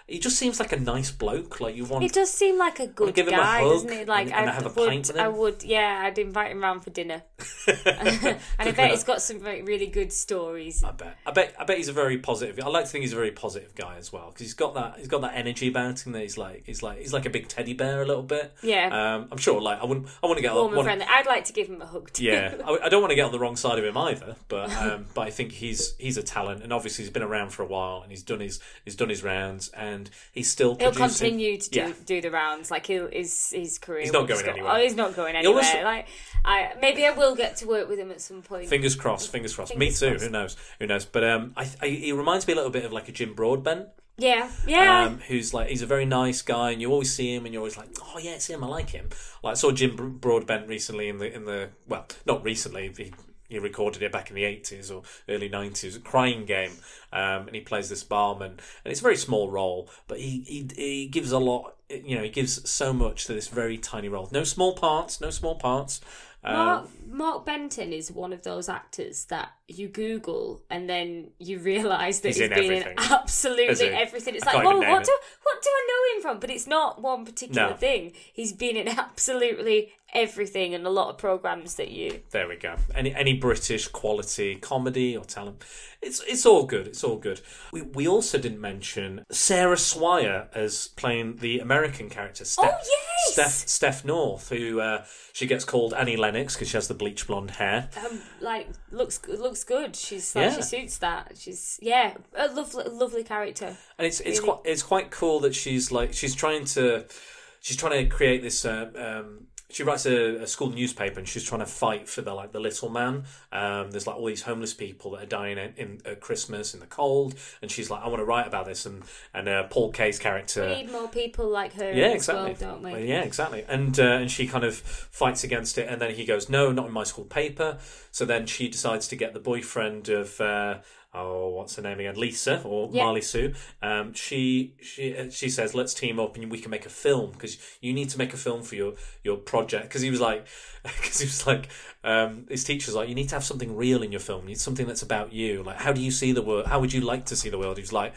S3: he just seems like a nice bloke. Like you want.
S4: It does seem like a good
S3: give him a
S4: guy,
S3: hug
S4: doesn't it? Like
S3: and- and
S4: I
S3: have a
S4: would,
S3: pint with
S4: I
S3: him.
S4: would, yeah, I'd invite him round for dinner, and I bet he's got some very, really good stories.
S3: I bet. I bet. I bet he's a very positive. I like to think he's a very positive guy as well because he's got that. He's got that energy about him that he's like. He's like. He's like a big teddy bear a little bit.
S4: Yeah.
S3: Um. I'm sure. Like I wouldn't. I want to get.
S4: Warm and
S3: want-
S4: friendly. I'd like to give him a hug too.
S3: yeah. I, I don't want to get on the wrong side of him either. But um. but I think he's he's a talent and obviously he's been around for a while and he's done his he's done his rounds and he's still
S4: He'll
S3: producing.
S4: continue to do,
S3: Yeah.
S4: do the rounds. Like he'll his his career.
S3: He's not
S4: will just
S3: going
S4: go-
S3: anywhere.
S4: Oh, he's not going
S3: He'll
S4: anywhere.
S3: just-
S4: Like I maybe I will get to work with him at some point.
S3: Fingers crossed. Fingers crossed.
S4: Fingers
S3: Me too.
S4: crossed.
S3: Who knows? Who knows? But um. I, I he reminds me a little bit of like a Jim Broadbent.
S4: yeah, yeah.
S3: um, who's like he's a very nice guy, and you always see him, and you're always like, oh yeah, it's him. I like him. Like I saw Jim Br- Broadbent recently in the in the well, not recently. He, he recorded it back in the 80s or early 90s, Crying Game, um, and he plays this barman, and it's a very small role, but he, he he gives a lot. You know, he gives so much to this very tiny role. No small parts. No small parts.
S4: Mark,
S3: Um,
S4: Mark Benton is one of those actors that you Google and then you realise that
S3: He's
S4: he's
S3: in
S4: been
S3: everything.
S4: in absolutely
S3: Is he?
S4: everything. It's
S3: I
S4: like,
S3: can't even
S4: well,
S3: name
S4: what
S3: it.
S4: do what do I know him from? But it's not one particular
S3: No.
S4: thing. He's been in absolutely everything and a lot of programs that you.
S3: There we go. Any any British quality comedy or talent, it's it's all good. It's all good. We we also didn't mention Sarah Swire as playing the American character. Steph,
S4: yes!
S3: Steph Steph North, who uh, she gets called Annie Lennox because she has the bleach blonde hair.
S4: um, like looks looks good. She's like,
S3: Yeah.
S4: she suits that. She's yeah, a lovely lovely character.
S3: and it's it's quite it's quite cool that she's like she's trying to. she- she's trying to create this. Uh, um, she writes a, a school newspaper, and she's trying to fight for the like the little man. Um, there's like all these homeless people that are dying in, in at Christmas in the cold, and she's like, I want to write about this. And and uh, Paul Kay's character,
S4: We need more people like her
S3: yeah,
S4: in this
S3: exactly.
S4: world, don't we?
S3: Well, yeah, exactly. And uh, and she kind of fights against it, and then he goes, "No, not in my school paper." So then she decides to get the boyfriend of. Uh, Oh, what's her name again? Lisa or
S4: Yeah.
S3: Marley Sue. Um, she she uh, she says, "Let's team up and we can make a film because you need to make a film for your your project." Because he was like, because he was like, um, his teacher's like, "You need to have something real in your film. You need something that's about you. Like, how do you see the world? How would you like to see the world?" He was like,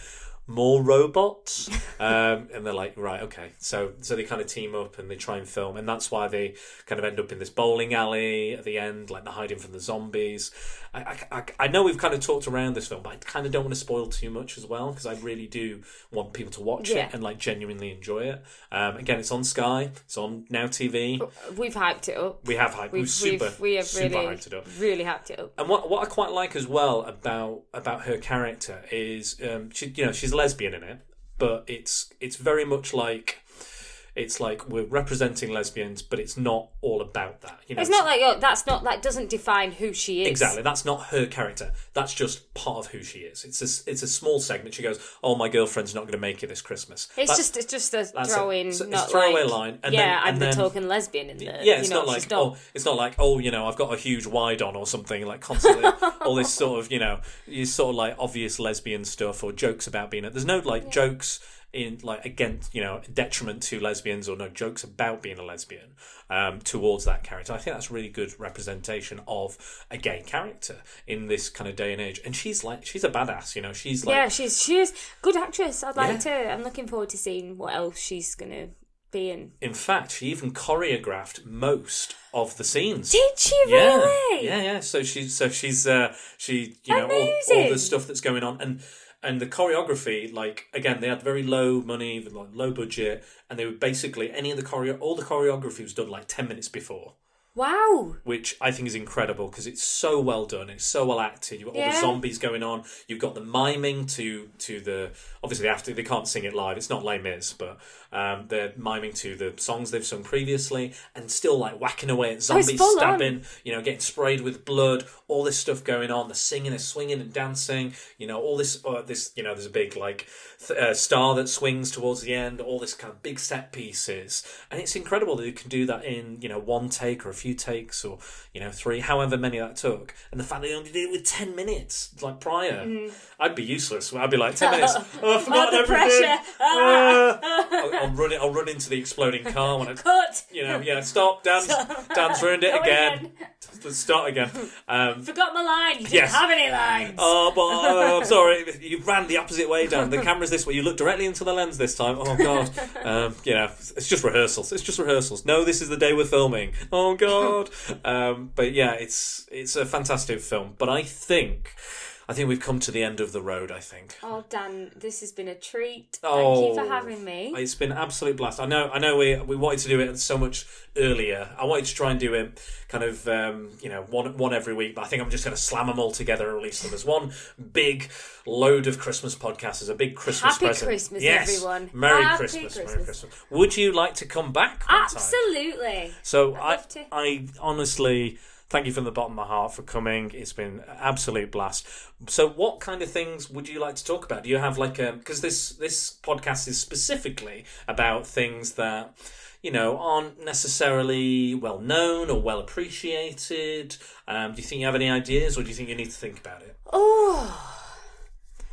S3: more robots um, and they're like right okay so so they kind of team up and they try and film and that's why they kind of end up in this bowling alley at the end like they're hiding from the zombies I, I, I, I know we've kind of talked around this film but I kind of don't want to spoil too much as well because I really do want people to watch
S4: Yeah.
S3: it and like genuinely enjoy it um, again it's on Sky it's on Now TV
S4: We've hyped it up.
S3: we have hyped we've, super
S4: Oh. we've, we have
S3: super
S4: really,
S3: hyped it up
S4: really hyped it up.
S3: and what what I quite like as well about about her character is um, she you know she's a lesbian in it, but it's it's very much like it's like we're representing lesbians, but it's not all about that. You know,
S4: It's not like oh, that's not that doesn't define who she is.
S3: Exactly. That's not her character. That's just part of who she is. It's a, it's a small segment. She goes, "Oh, my girlfriend's not going to make it this Christmas."
S4: It's
S3: That-
S4: just it's just a
S3: that's it.
S4: throw-in,
S3: So it's
S4: not
S3: throwaway
S4: like,
S3: line, and
S4: yeah,
S3: then-
S4: I'm
S3: and
S4: the
S3: then-
S4: token lesbian in the
S3: yeah, it's
S4: you know,
S3: not like
S4: she's
S3: oh, it's not like oh, you know, I've got a huge wide on or something like constantly all this sort of you know, you sort of like obvious lesbian stuff or jokes about being. A, there's no like jokes in like against you know detriment to lesbians or no jokes about being a lesbian um, towards that character. I think that's really good representation of a gay character in this kind of day and age. And she's like she's a badass, you know. She's like
S4: yeah, she's she is good actress. I'd like
S3: Yeah.
S4: to. I'm looking forward to seeing what else she's gonna be in.
S3: in fact she even choreographed most of the scenes.
S4: Did she
S3: Yeah,
S4: really?
S3: yeah, yeah. So she, so she's, uh, she, you know, all, all
S4: Amazing.
S3: the stuff that's going on, and and the choreography, like again, they had very low money, like low budget, and they were basically any of the choreo, all the choreography was done like ten minutes before,
S4: Wow.
S3: which I think is incredible because it's so well done, it's so well acted. You've got all
S4: Yeah.
S3: the zombies going on, you've got the miming to to the obviously after they can't sing it live, it's not Les Mis, but um, they're miming to the songs they've sung previously, and still like whacking away at zombies,
S4: Oh, full on.
S3: stabbing, you know, getting sprayed with blood, all this stuff going on. The singing, the swinging and dancing, you know, all this, uh, this, you know, there's a big like th- uh, star that swings towards the end. All this kind of big set pieces, and it's incredible that you can do that in you know one take or a few takes or you know three, however many that took. And the fact they only did it with ten minutes, like prior, I'd be useless. I'd be like ten minutes. Oh, I forgot
S4: the
S3: everything.
S4: pressure.
S3: Ah. I'll, I'll run it. I'll run into the exploding car when I
S4: Cut.
S3: you know, yeah, stop, Dan's, Dan's ruined it
S4: Go
S3: again. Let's start again. Um,
S4: Forgot my line. You didn't
S3: Yes.
S4: have any lines.
S3: oh, but oh, I'm sorry, you ran the opposite way, Dan. The camera's this way. You looked directly into the lens this time. Oh God, um, you know, it's just rehearsals. It's just rehearsals. No, this is the day we're filming. Oh God, um, but yeah, it's it's a fantastic film. But I think, I think we've come to the end of the road. I think.
S4: Oh, Dan, this has been a treat. Thank you
S3: Oh.
S4: for having me.
S3: It's been an absolute blast. I know. I know. We we wanted to do it so much earlier. I wanted to try and do it kind of um, you know one one every week, but I think I'm just going to slam them all together and release them as one big load of Christmas podcasts as a big Christmas
S4: Happy
S3: present.
S4: Christmas,
S3: yes.
S4: everyone.
S3: Merry
S4: Happy
S3: Christmas, Merry
S4: Christmas.
S3: Christmas. Would you like to come back? one time?
S4: Absolutely.
S3: So I,
S4: love to.
S3: I honestly thank you from the bottom of my heart for coming. It's been an absolute blast. So, what kind of things would you like to talk about? Do you have like a because this this podcast is specifically about things that you know aren't necessarily well known or well appreciated. Um, do you think you have any ideas, or do you think you need to think about it?
S4: Oh.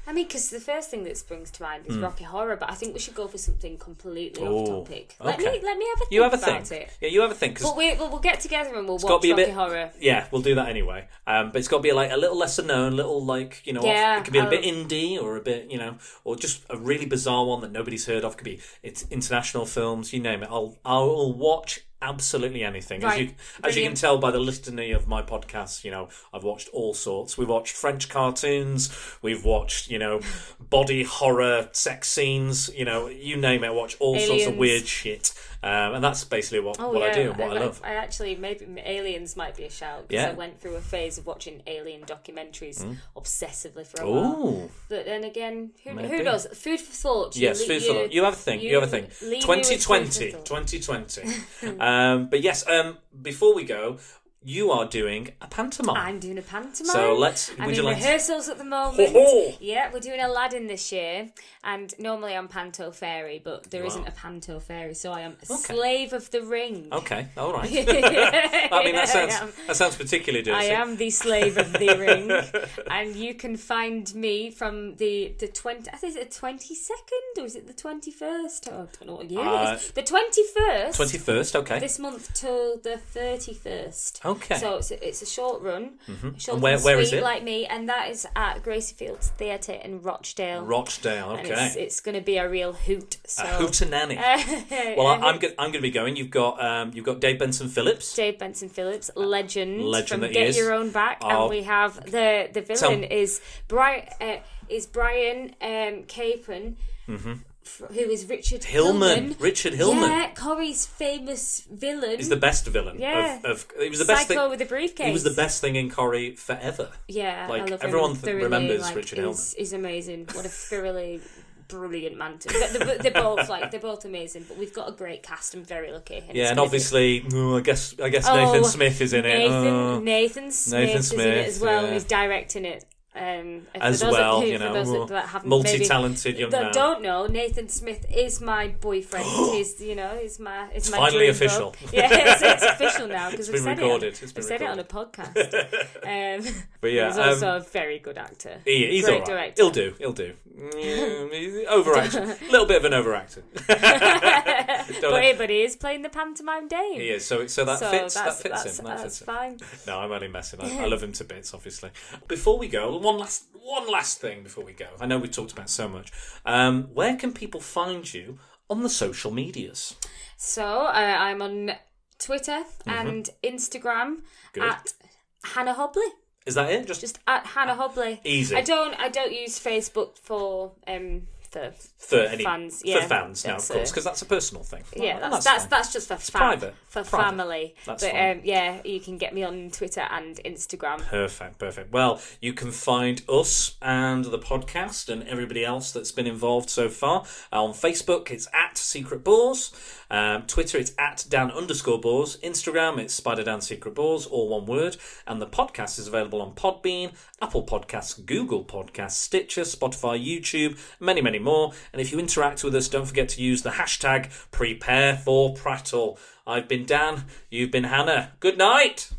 S4: I mean, because the first thing that springs to mind is Rocky Horror, but I think we should go for something completely off
S3: Hmm. Oh,
S4: topic. Let me
S3: okay.
S4: let me have a think
S3: You have a
S4: about
S3: think.
S4: it.
S3: Yeah, you have a think. 'cause-
S4: But we, we'll, we'll get together and we'll
S3: It's got
S4: watch
S3: to be a
S4: Rocky
S3: bit
S4: Horror.
S3: Yeah, we'll do that anyway. Um, but it's got to be like a little lesser known, little like you know,
S4: Yeah,
S3: it could be a
S4: I'll-
S3: bit indie or a bit you know, or just a really bizarre one that nobody's heard of. Could be it's international films, you name it. I'll I'll watch absolutely anything. As
S4: Right,
S3: you as you can
S4: brilliant.
S3: tell by the litany of my podcasts, you know, I've watched all sorts. We've watched French cartoons. We've watched you know,
S4: Mm.
S3: body horror, sex scenes. You know, you name it. I watch all sorts of
S4: Aliens.
S3: weird shit. Um, and that's basically what,
S4: Oh,
S3: what
S4: yeah.
S3: I do and what I,
S4: I,
S3: love.
S4: I actually maybe Aliens might be a shout because
S3: Yeah. Hmm.
S4: I went through a phase of watching Alien documentaries obsessively for a while.
S3: Ooh,
S4: But then again, who,
S3: Maybe.
S4: who knows? Food for thought. You
S3: yes,
S4: le-
S3: food for thought. You have a thing. You, have a thing.
S4: leave me with food
S3: 2020.
S4: for thought.
S3: 2020. um, but yes, um, before we go, you are doing a pantomime.
S4: I'm doing a pantomime.
S3: So let's-
S4: I'm
S3: would you
S4: in
S3: like to-
S4: rehearsals at the moment.
S3: Ho, ho.
S4: Yeah, we're doing Aladdin this year, and normally I'm Panto Fairy, but there not a Panto Fairy, so I am a slave of the ring.
S3: Okay, all right. I mean, that sounds
S4: I am.
S3: that sounds particularly dirty.
S4: I am the slave of the ring, and you can find me from the the twenty. I think it's the twenty second, or is it the twenty first? Oh, I don't know what year
S3: Uh,
S4: it is. The twenty first.
S3: Twenty first. Okay.
S4: this month till the thirty first.
S3: Okay. Mm-hmm.
S4: So it's a, it's a short run. Short
S3: And where-
S4: and
S3: where is
S4: sweet
S3: it?
S4: Like me, and that is at Gracie Fields Theatre in Rochdale.
S3: Rochdale.
S4: And
S3: Okay.
S4: it's, it's going to be a real hoot. So.
S3: a hootenanny. well, I, I'm go- I'm going to be going. You've got um, you've got Dave Benson Phillips.
S4: Dave Benson Phillips, legend,
S3: Legend
S4: from
S3: that he
S4: Get
S3: is.
S4: Your Own Back,
S3: Oh.
S4: and we have the the villain
S3: Tell-
S4: is Brian uh, is Brian um, Capon, f- who is Richard
S3: Mm-hmm. Hillman.
S4: Hillman.
S3: Richard Hillman.
S4: yeah, Corrie's famous villain.
S3: He's the best villain.
S4: Yeah.
S3: Of, of, it was the best
S4: Psycho
S3: thing.
S4: with a briefcase.
S3: He was the best thing in Corrie forever.
S4: Yeah,
S3: Like,
S4: I love
S3: everyone
S4: him.
S3: th-
S4: Thoroughly,
S3: remembers
S4: like,
S3: Richard Hillman.
S4: he's, he's amazing. What a thoroughly brilliant man. To, they're, they're- they're both like they're both amazing, but we've got a great cast. I'm very lucky.
S3: Yeah,
S4: it's
S3: and
S4: gonna be-
S3: obviously, oh, I guess I guess
S4: Oh,
S3: Nathan Smith is in it.
S4: Nathan,
S3: Oh.
S4: Nathan Smith
S3: Nathan
S4: is in it as
S3: Smith,
S4: well.
S3: yeah.
S4: He's directing it. Um, for
S3: As
S4: those
S3: well,
S4: that, who-
S3: you know,
S4: for those
S3: well,
S4: that, that haven't
S3: multi-talented
S4: maybe,
S3: young
S4: that
S3: man.
S4: Don't know Nathan Smith is my boyfriend. he's you know is my is my
S3: finally
S4: dream
S3: official.
S4: bub. Yeah, it's, it's official now because
S3: It's
S4: we've
S3: been
S4: said
S3: recorded. It's
S4: it. On,
S3: been
S4: we've said it on a podcast. Um,
S3: But yeah,
S4: he's
S3: um,
S4: also a very good actor.
S3: He, he's
S4: great
S3: all right.
S4: director.
S3: He'll do. He'll do. Mm, he's overacting. A little bit of an overactor. Don't
S4: But,
S3: know.
S4: he- but he is playing the pantomime Dame.
S3: He is. So so that
S4: So
S3: fits.
S4: that's-
S3: That fits
S4: that's-
S3: him. That
S4: that's
S3: fits
S4: fine.
S3: him. No, I'm only messing. I, I love him to bits, obviously. Before we go, one last one last thing before we go. I know we've talked about so much. Um, where can people find you on the social medias?
S4: So uh, I'm on Twitter and Instagram
S3: Mm-hmm. Good.
S4: at Hannah Hobley.
S3: Is that it? Just,
S4: Just at Hannah Hobley.
S3: Ah, Easy.
S4: I don't. I don't use Facebook for um for
S3: for any
S4: fans. Yeah,
S3: for fans. No, of
S4: That's
S3: course,
S4: it.
S3: because that's a personal thing.
S4: yeah,
S3: Well,
S4: that's that's,
S3: fine.
S4: that's just for fam-
S3: private.
S4: for
S3: Private.
S4: family.
S3: That's
S4: but
S3: fine.
S4: um, yeah, you can get me on Twitter and Instagram.
S3: Perfect, perfect. Well, you can find us and the podcast and everybody else that's been involved so far on Facebook. It's at Secret Balls. Um, Twitter, it's at Dan underscore Balls. Instagram, it's Spider Dan Secret Balls, all one word. And the podcast is available on Podbean, Apple Podcasts, Google Podcasts, Stitcher, Spotify, YouTube, many, many more. And if you interact with us, don't forget to use the hashtag Prepare for Prattle. I've been Dan. You've been Hannah. Good night.